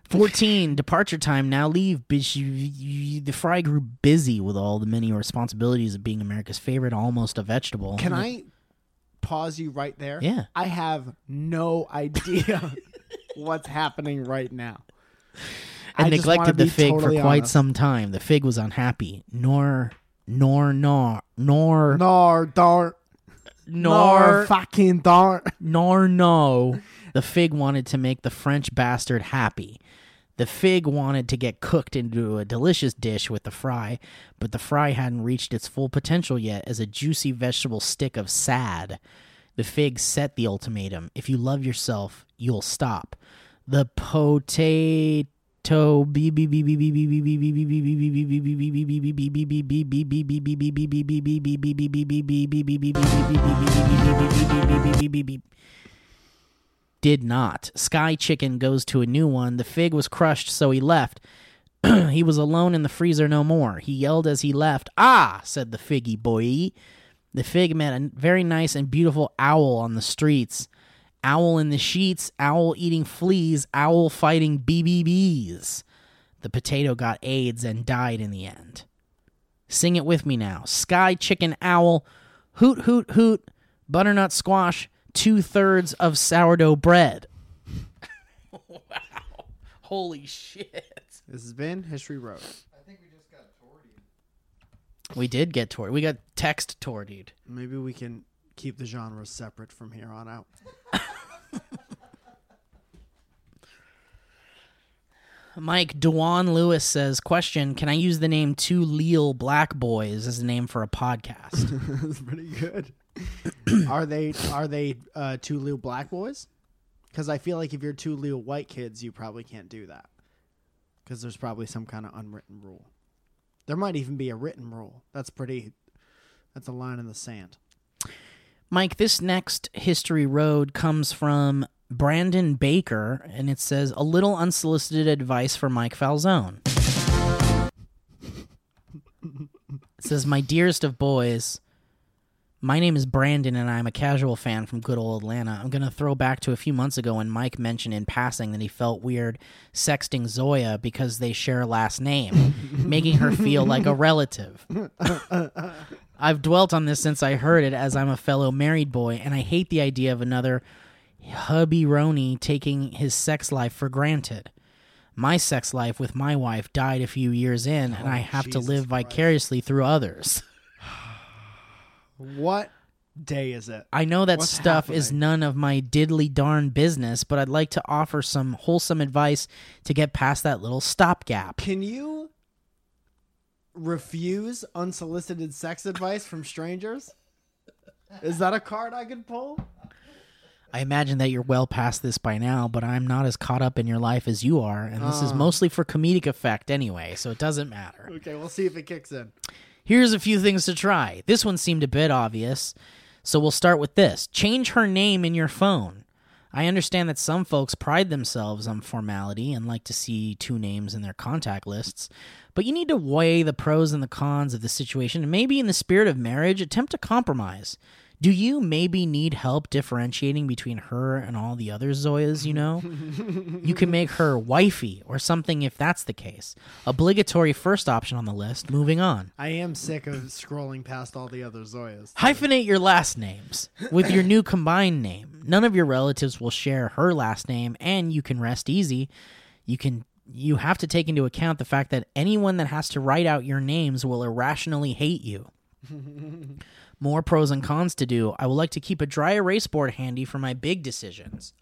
Fourteen departure time. Now leave. Bish- The fry grew busy with all the many responsibilities of being America's favorite, almost a vegetable. Can I pause you right there? Yeah. I have no idea [LAUGHS] what's happening right now. and I just wanna neglected the be fig totally for quite honest. some time. The fig was unhappy, nor nor nor nor Nor darn. nor fucking darn. nor no. The fig wanted to make the French bastard happy. The fig wanted to get cooked into a delicious dish with the fry, but the fry hadn't reached its full potential yet as a juicy vegetable stick of sad. The fig set the ultimatum if you love yourself, you'll stop. The potato. did not. Sky Chicken goes to a new one. The fig was crushed, so he left. [CLEARS THROAT] he was alone in the freezer no more. He yelled as he left. Ah, said the figgy boy. The fig met a very nice and beautiful owl on the streets. Owl in the sheets, owl eating fleas, owl fighting BBBs. The potato got AIDS and died in the end. Sing it with me now. Sky chicken owl, hoot hoot hoot, butternut squash, two thirds of sourdough bread. wow. [LAUGHS] Holy shit. This has been History Road. We did get toward. We got text tortied. Maybe we can keep the genres separate from here on out. Mike Dewan Lewis says, "Question: Can I use the name Two Leal Black Boys as a name for a podcast? [LAUGHS] That's pretty good. are they are they uh, two little black boys? Because I feel like if you're two little white kids, you probably can't do that. Because there's probably some kind of unwritten rule. There might even be a written rule. That's pretty. That's a line in the sand. Mike, this next history road comes from Brandon Baker, and it says a little unsolicited advice for Mike Falzone. [LAUGHS] It says, "My dearest of boys." My name is Brandon, and I'm a casual fan from good old Atlanta. I'm going to throw back to a few months ago when Mike mentioned in passing that he felt weird sexting Zoya because they share a last name, making her feel like a relative. I've dwelt on this since I heard it, as I'm a fellow married boy, and I hate the idea of another hubby Roni taking his sex life for granted. My sex life with my wife died a few years in, and I have to Jesus live vicariously through others. What day is it? I know that What's stuff is happening? none of my diddly darn business, but I'd like to offer some wholesome advice to get past that little stopgap. Can you refuse unsolicited sex advice from strangers? Is that a card I could pull? I imagine that you're well past this by now, but I'm not as caught up in your life as you are, and this Oh. is mostly for comedic effect anyway, so it doesn't matter. Okay, we'll see if it kicks in. Here's a few things to try. This one seemed a bit obvious, so we'll start with this. Change her name in your phone. I understand that some folks pride themselves on formality and like to see two names in their contact lists, but you need to weigh the pros and the cons of the situation and maybe in the spirit of marriage attempt to compromise. Do you maybe need help differentiating between her and all the other Zoyas you know? You can make her wifey or something if that's the case. Obligatory first option on the list. Moving on. I am sick of scrolling past all the other Zoyas. Hyphenate your last names with your new combined name. None of your relatives will share her last name, and you can rest easy. You can you have to take into account the fact that anyone that has to write out your names will irrationally hate you. More pros and cons to do. I would like to keep a dry erase board handy for my big decisions.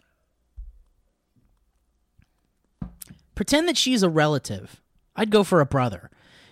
Pretend that she's a relative. I'd go for a brother.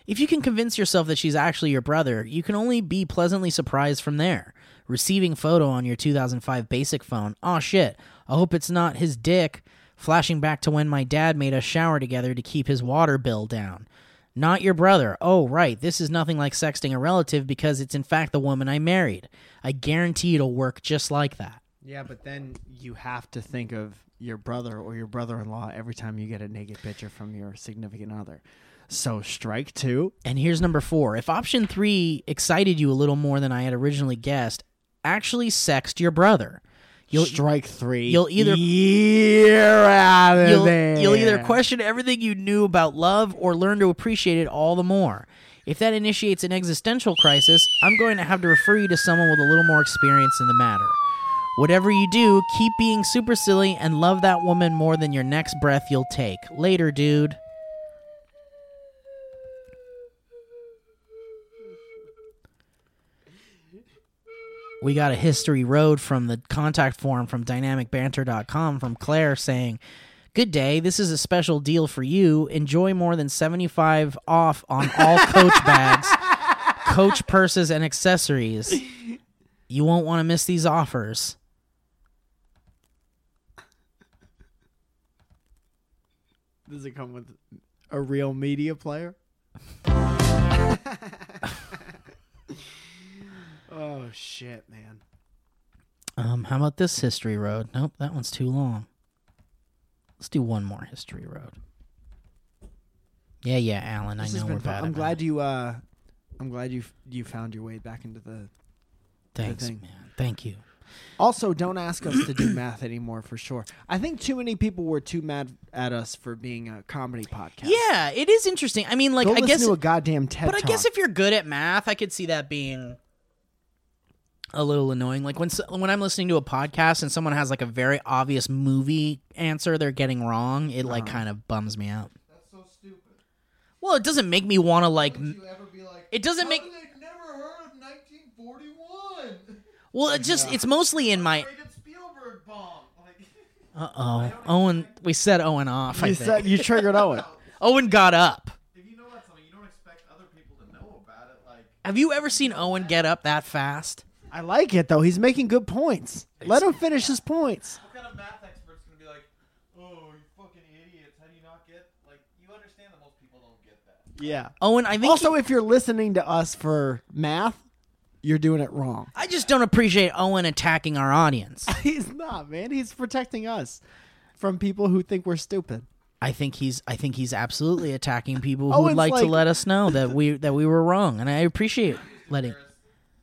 If you can convince yourself that she's actually your brother, you can only be pleasantly surprised from there. Receiving photo on your 2005 basic phone. Aw shit, I hope it's not his dick. Flashing back to when my dad made us shower together to keep his water bill down. Not your brother. Oh, right, this is nothing like sexting a relative because it's in fact the woman I married. I guarantee it'll work just like that. Yeah, but then you have to think of your brother or your brother in law every time you get a naked picture from your significant other. So strike two. And here's number four. If option three excited you a little more than I had originally guessed, actually sext your brother. You'll, e- strike three. you'll either- year out of you'll, there. you'll either question everything you knew about love or learn to appreciate it all the more. If that initiates an existential crisis, I'm going to have to refer you to someone with a little more experience in the matter. Whatever you do, keep being super silly and love that woman more than your next breath you'll take. Later, dude. we got a history road from the contact form from dynamicbanter.com from Claire saying, Good day. This is a special deal for you. Enjoy more than 75 off on [LAUGHS] all coach bags, coach purses, and accessories. You won't want to miss these offers. Does it come with a real media player? [LAUGHS] oh shit, man. Um, how about this history road? Nope, that one's too long. Let's do one more history road. Yeah, yeah, Alan. This I has know been we're fun. bad. I'm about glad it. you uh I'm glad you you found your way back into the Thanks, thing. man. Thank you. Also, don't ask us to do [CLEARS THROAT] math anymore for sure. I think too many people were too mad at us for being a comedy podcast. Yeah, it is interesting. I mean, like, Go I listen guess to a goddamn TED But I guess Talk. if you're good at math, I could see that being a little annoying. Like when s- when I'm listening to a podcast and someone has like a very obvious movie answer they're getting wrong, it Uh-huh. like kind of bums me out. That's so stupid. Well, it doesn't make me want to like. Did m- you ever be like, It doesn't "How make- did I never heard of 1941? [LAUGHS] Well, it just it's mostly in my. Rated Spielberg bomb. Like, [LAUGHS] Uh oh. Owen, we said Owen off. I You think. said you triggered [LAUGHS] Owen. Owen got up. If you know about something, you don't expect other people to know about it. Like, Have you ever seen Owen get up that fast? I like it though. He's making good points. Let him finish his points. what kind of math expert's gonna be like, "Oh, you fucking idiots! How do you not get?" Like, you understand that most people don't get that. Yeah. Owen, I think Uh, Also, if you're listening to us for math, you're doing it wrong. I just don't appreciate Owen attacking our audience. [LAUGHS] He's not, man. He's protecting us from people who think we're stupid. I think he's I think he's absolutely attacking people who would Owen's like, to like- let us know that we that we were wrong, and I appreciate letting.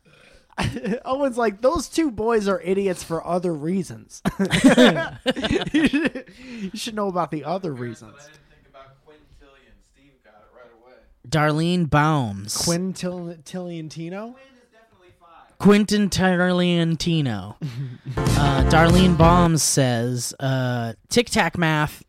[LAUGHS] Owen's like, those two boys are idiots for other reasons. [LAUGHS] you should- you should know about the other But I reasons. didn't think about quintillion. Steve got it right away. Darlene Baums, Quintiliantino? Quinn is definitely five. Quentin Tarantino. uh, Darlene Baums says, uh, "Tic Tac math."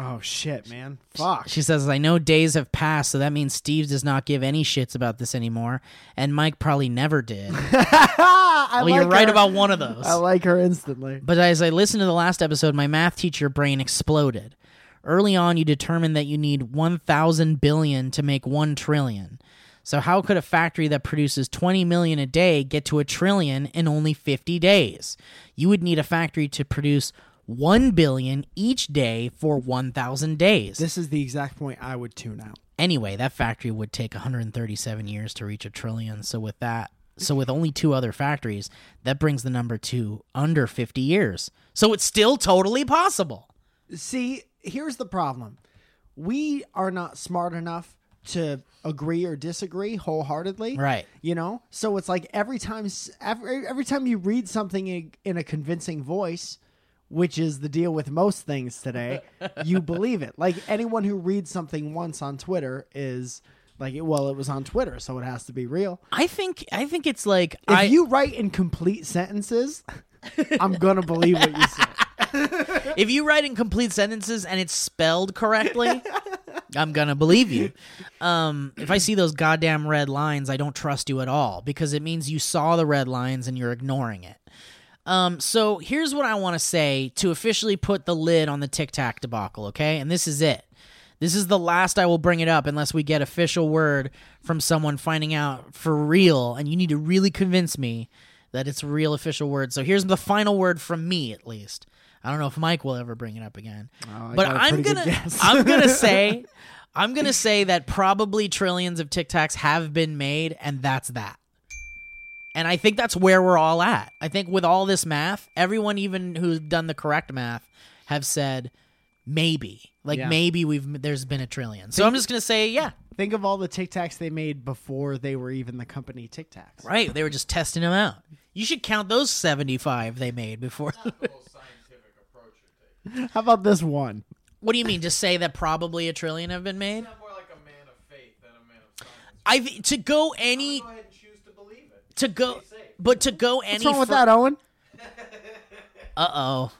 Oh, shit, man. Fuck. She says, "I know days have passed, so that means Steve does not give any shits about this anymore, and Mike probably never [LAUGHS] did." I well, Ah, like you're her. right about one of those. I like her instantly. But as I listened to the last episode, my math teacher brain exploded. Early on, you determined that you need 1,000 billion to make 1 trillion. So, how could a factory that produces 20 million a day get to a trillion in only 50 days? You would need a factory to produce 1 billion each day for 1,000 days. This is the exact point I would tune out. anyway, that factory would take 137 years to reach a trillion. So with that, so with only two other factories, that brings the number to under 50 years. So it's still totally possible. See, here's the problem. We are not smart enough to agree or disagree wholeheartedly. Right. You know? So it's like every time s- every, every time you read something in, in a convincing voice, which is the deal with most things today, [LAUGHS] you believe it. Like anyone who reads something once on Twitter is like, well, it was on Twitter, so it has to be real. I think I think it's like If I you write in [LAUGHS] complete sentences, I'm gonna believe what you say. if you write in complete sentences and it's spelled correctly, I'm gonna believe you. Um, if I see those goddamn red lines, I don't trust you at all because it means you saw the red lines and you're ignoring it. Um, so here's what I want to say to officially put the lid on the Tic Tac debacle, okay? And this is it. This is the last I will bring it up unless we get official word from someone finding out for real, and you need to really convince me that it's a real official word. So here's the final word from me, at least. I don't know if Mike will ever bring it up again, Oh, I but got a I'm pretty good gonna guess. [LAUGHS] I'm gonna [LAUGHS] say I'm gonna say that probably trillions of Tic Tacs have been made, and that's that. And I think that's where we're all at. I think with all this math, everyone even who's done the correct math have said maybe. Like Yeah. maybe we've there's been a trillion. So I'm just going to say yeah. Think of all the Tic Tacs they made before they were even the company Tic Tacs. Right, they were just testing them out. You should count those 75 they made before. [LAUGHS] How about this one? what do you mean just say that probably a trillion have been made? I'm more like a man of faith than a man of science. I th- to go any Go ahead and choose to believe it. to go but to go any What's wrong with that, Owen? Uh-oh.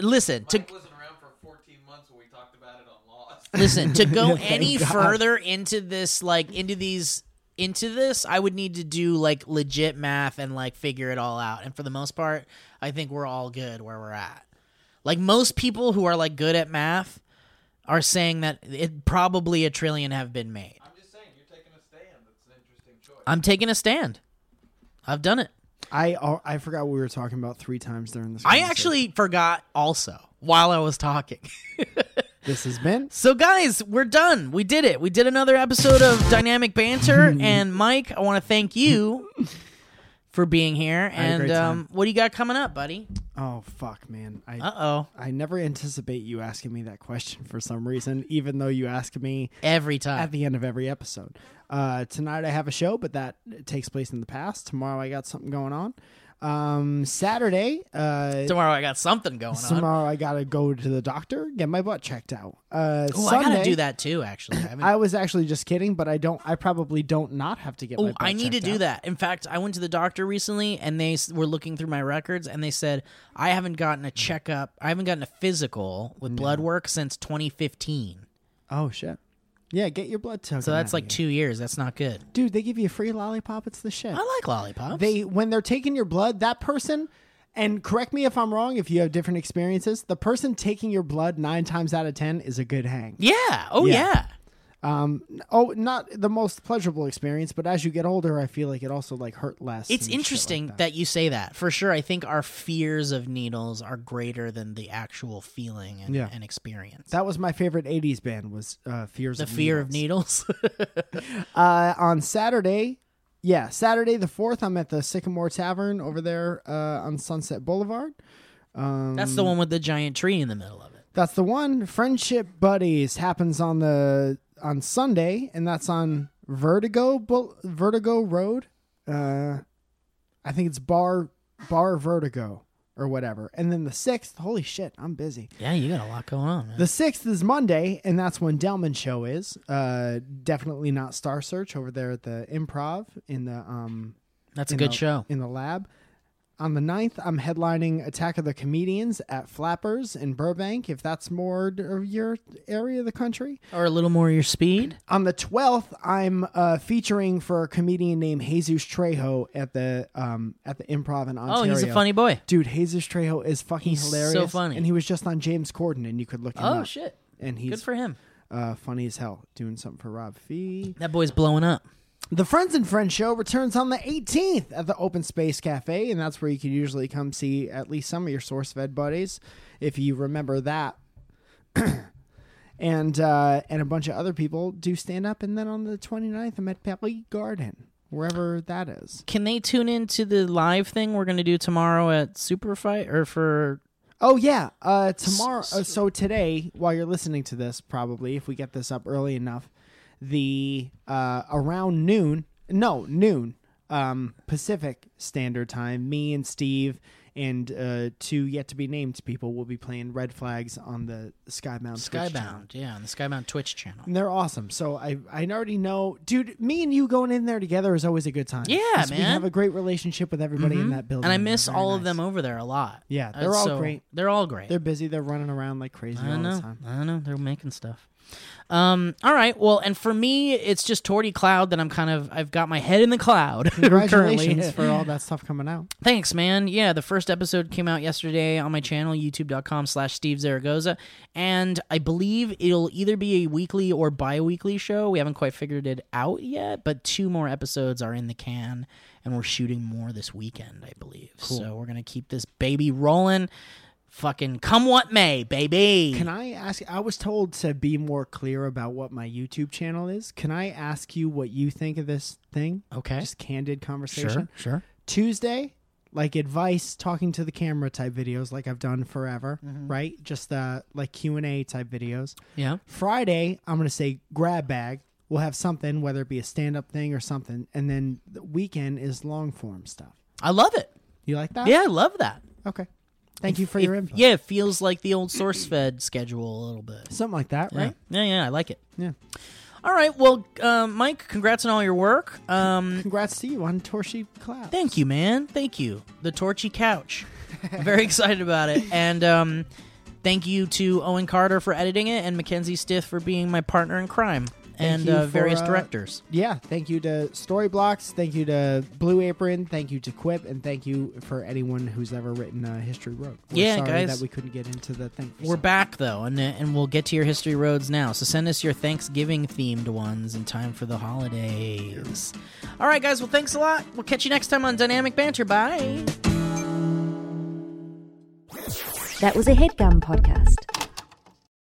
Listen, to Mike wasn't around for 14 months when we talked about it on Lost. listen [LAUGHS] to go Thank any God. further into this like into these into this i would need to do like legit math and like figure it all out and for the most part i think we're all good where we're at like most people who are like good at math are saying that it probably a trillion have been made I'm just saying, you're taking a stand. That's an interesting choice. i'm taking a stand i've done it I oh, I forgot we were talking about three times during this. i conversation. actually forgot also while i was talking [LAUGHS] this has been So, guys, we're done. We did it. We did another episode of Dynamic [LAUGHS] Banter. and Mike, I want to thank you for being here. had a And great time. um, what do you got coming up, buddy? oh fuck man I Uh oh. I never anticipate you asking me that question for some reason even though you ask me Every at time. the end of every episode. Uh, tonight I have a show, but that takes place in the past. Tomorrow I got something going on. Um, Saturday, uh, Tomorrow I got something going on. tomorrow I gotta go to the doctor get my butt checked out. Uh, Oh, I Sunday, got to do that too, [CLEARS THROAT] actually. I, mean, I was actually just kidding, but I don't. I probably don't not have to get. my oh, butt I need to checked do out. that. In fact, I went to the doctor recently and they s- were looking through my records and they said, I haven't gotten a checkup, I haven't gotten a physical with blood work since 2015. Oh shit. Yeah, get your blood taken. So that's like two years. That's not good. dude, they give you a free lollipop. It's the shit. I like lollipops. They when they're taking your blood, that person And correct me if I'm wrong if you have different experiences. The person taking your blood nine times out of 10 is a good hang. Yeah. Oh Yeah. yeah. Oh, not the most pleasurable experience, but as you get older, I feel like it also like hurt less. and It's shit like interesting that. you say that. For sure, I think our fears of needles are greater than the actual feeling and, Yeah. and experience. That was my favorite 80s band was uh, Fears the of fear Needles. of needles. [LAUGHS] Uh, on Saturday, yeah, Saturday the 4th, I'm at the Sycamore Tavern over there uh, on Sunset Boulevard. That's Mm. the one with the giant tree in the middle of it. That's the one. Friendship Buddies happens on the on Sunday, and that's on Vertigo Bul- Vertigo Road. Uh, I think it's Bar Bar Vertigo or whatever. And then the sixth. Holy shit, I'm busy. Yeah, you got a lot going on, man. The sixth is Monday, and that's when Delman Show is. Uh, definitely not Star Search over there at the Improv in the um That's a in good the- show. in the lab. On the 9th, I'm headlining Attack of the Comedians at Flappers in Burbank, if that's more d- of your area of the country. Or a little more your speed. On the 12th, I'm uh, featuring for a comedian named Jesus Trejo at the um, at the Improv in Ontario. Oh, he's a funny boy. dude. Jesus Trejo is fucking He's so hilarious. funny. and he was just on James Corden, and you could look him Oh up. shit. And Good he's for him. uh, funny as hell, doing something for Rob Fee. That boy's blowing up. The Friends and Friends show returns on the 18th at the Open Space Cafe, and that's where you can usually come see at least some of your SourceFed buddies, if you remember that. [CLEARS THROAT] and uh, and a bunch of other people do stand up, and then on the 29th, I'm at Pelly Garden, wherever that is. Can they tune in to the live thing we're gonna do tomorrow at Super Fight or for Oh yeah, uh, tomorrow. uh, so today, while you're listening to this, probably if we get this up early enough, the uh, around noon, no noon, um, Pacific Standard Time. Me and Steve and uh, two yet to be named people will be playing Red Flags on the Skybound. Twitch channel. Skybound? Yeah, on the Skybound Twitch channel. And they're awesome. So I I already know, dude. Me and you going in there together is always a good time. Yeah, 'Cause We man. Mm-hmm. have a great relationship with everybody in that building, And I they're miss very all of nice. them over there a lot. Yeah, Uh, they're all so- great. They're all great. They're busy. They're running around like crazy I all know. the time. I know. They're making stuff. Um, all right. Well, and for me, it's just Torty Cloud that I'm kind of I've got my head in the cloud. [LAUGHS] Congratulations currently. for all that stuff coming out. Thanks, man. Yeah, the first episode came out yesterday on my channel, youtube.com slash Steve Zaragoza. And I believe it'll either be a weekly or bi weekly show. We haven't quite figured it out yet, but two more episodes are in the can, and we're shooting more this weekend, I believe. So we're going to keep this baby rolling. Fucking come what may, baby. Can I ask? I was told to be more clear about what my YouTube channel is. Can I ask you what you think of this thing? okay. Just candid conversation. sure. Tuesday, like advice, talking to the camera type videos, like I've done forever, right? Just uh, like Q and A type videos. Yeah. Friday, I'm gonna say grab bag. We'll have something, whether it be a stand up thing or something, and then the weekend is long form stuff. I love it. You like that? Yeah, I love that. Okay. Thank you for It- your input. Yeah, it feels like the old SourceFed schedule a little bit. Something like that, right? Yeah, yeah, yeah I like it. Yeah. All right. Well, um, Mike, congrats on all your work. Um, Congrats to you on Torchy Cloud. thank you, man. Thank you. The Torchy Couch. I'm [LAUGHS] very excited about it. And um, thank you to Owen Carter for editing it and Mackenzie Stith for being my partner in crime and you uh, for, various uh, directors. Yeah, thank you to Storyblocks, thank you to Blue Apron, thank you to Quip, and thank you for anyone who's ever written uh, History Road. We're Yeah, sorry guys. that we couldn't get into the thing. for We're some- back though, and uh, and we'll get to your history roads now. So send us your Thanksgiving themed ones in time for the holidays. All right, guys. Well, thanks a lot. We'll catch you next time on Dynamic Banter. Bye. That was a headgum podcast.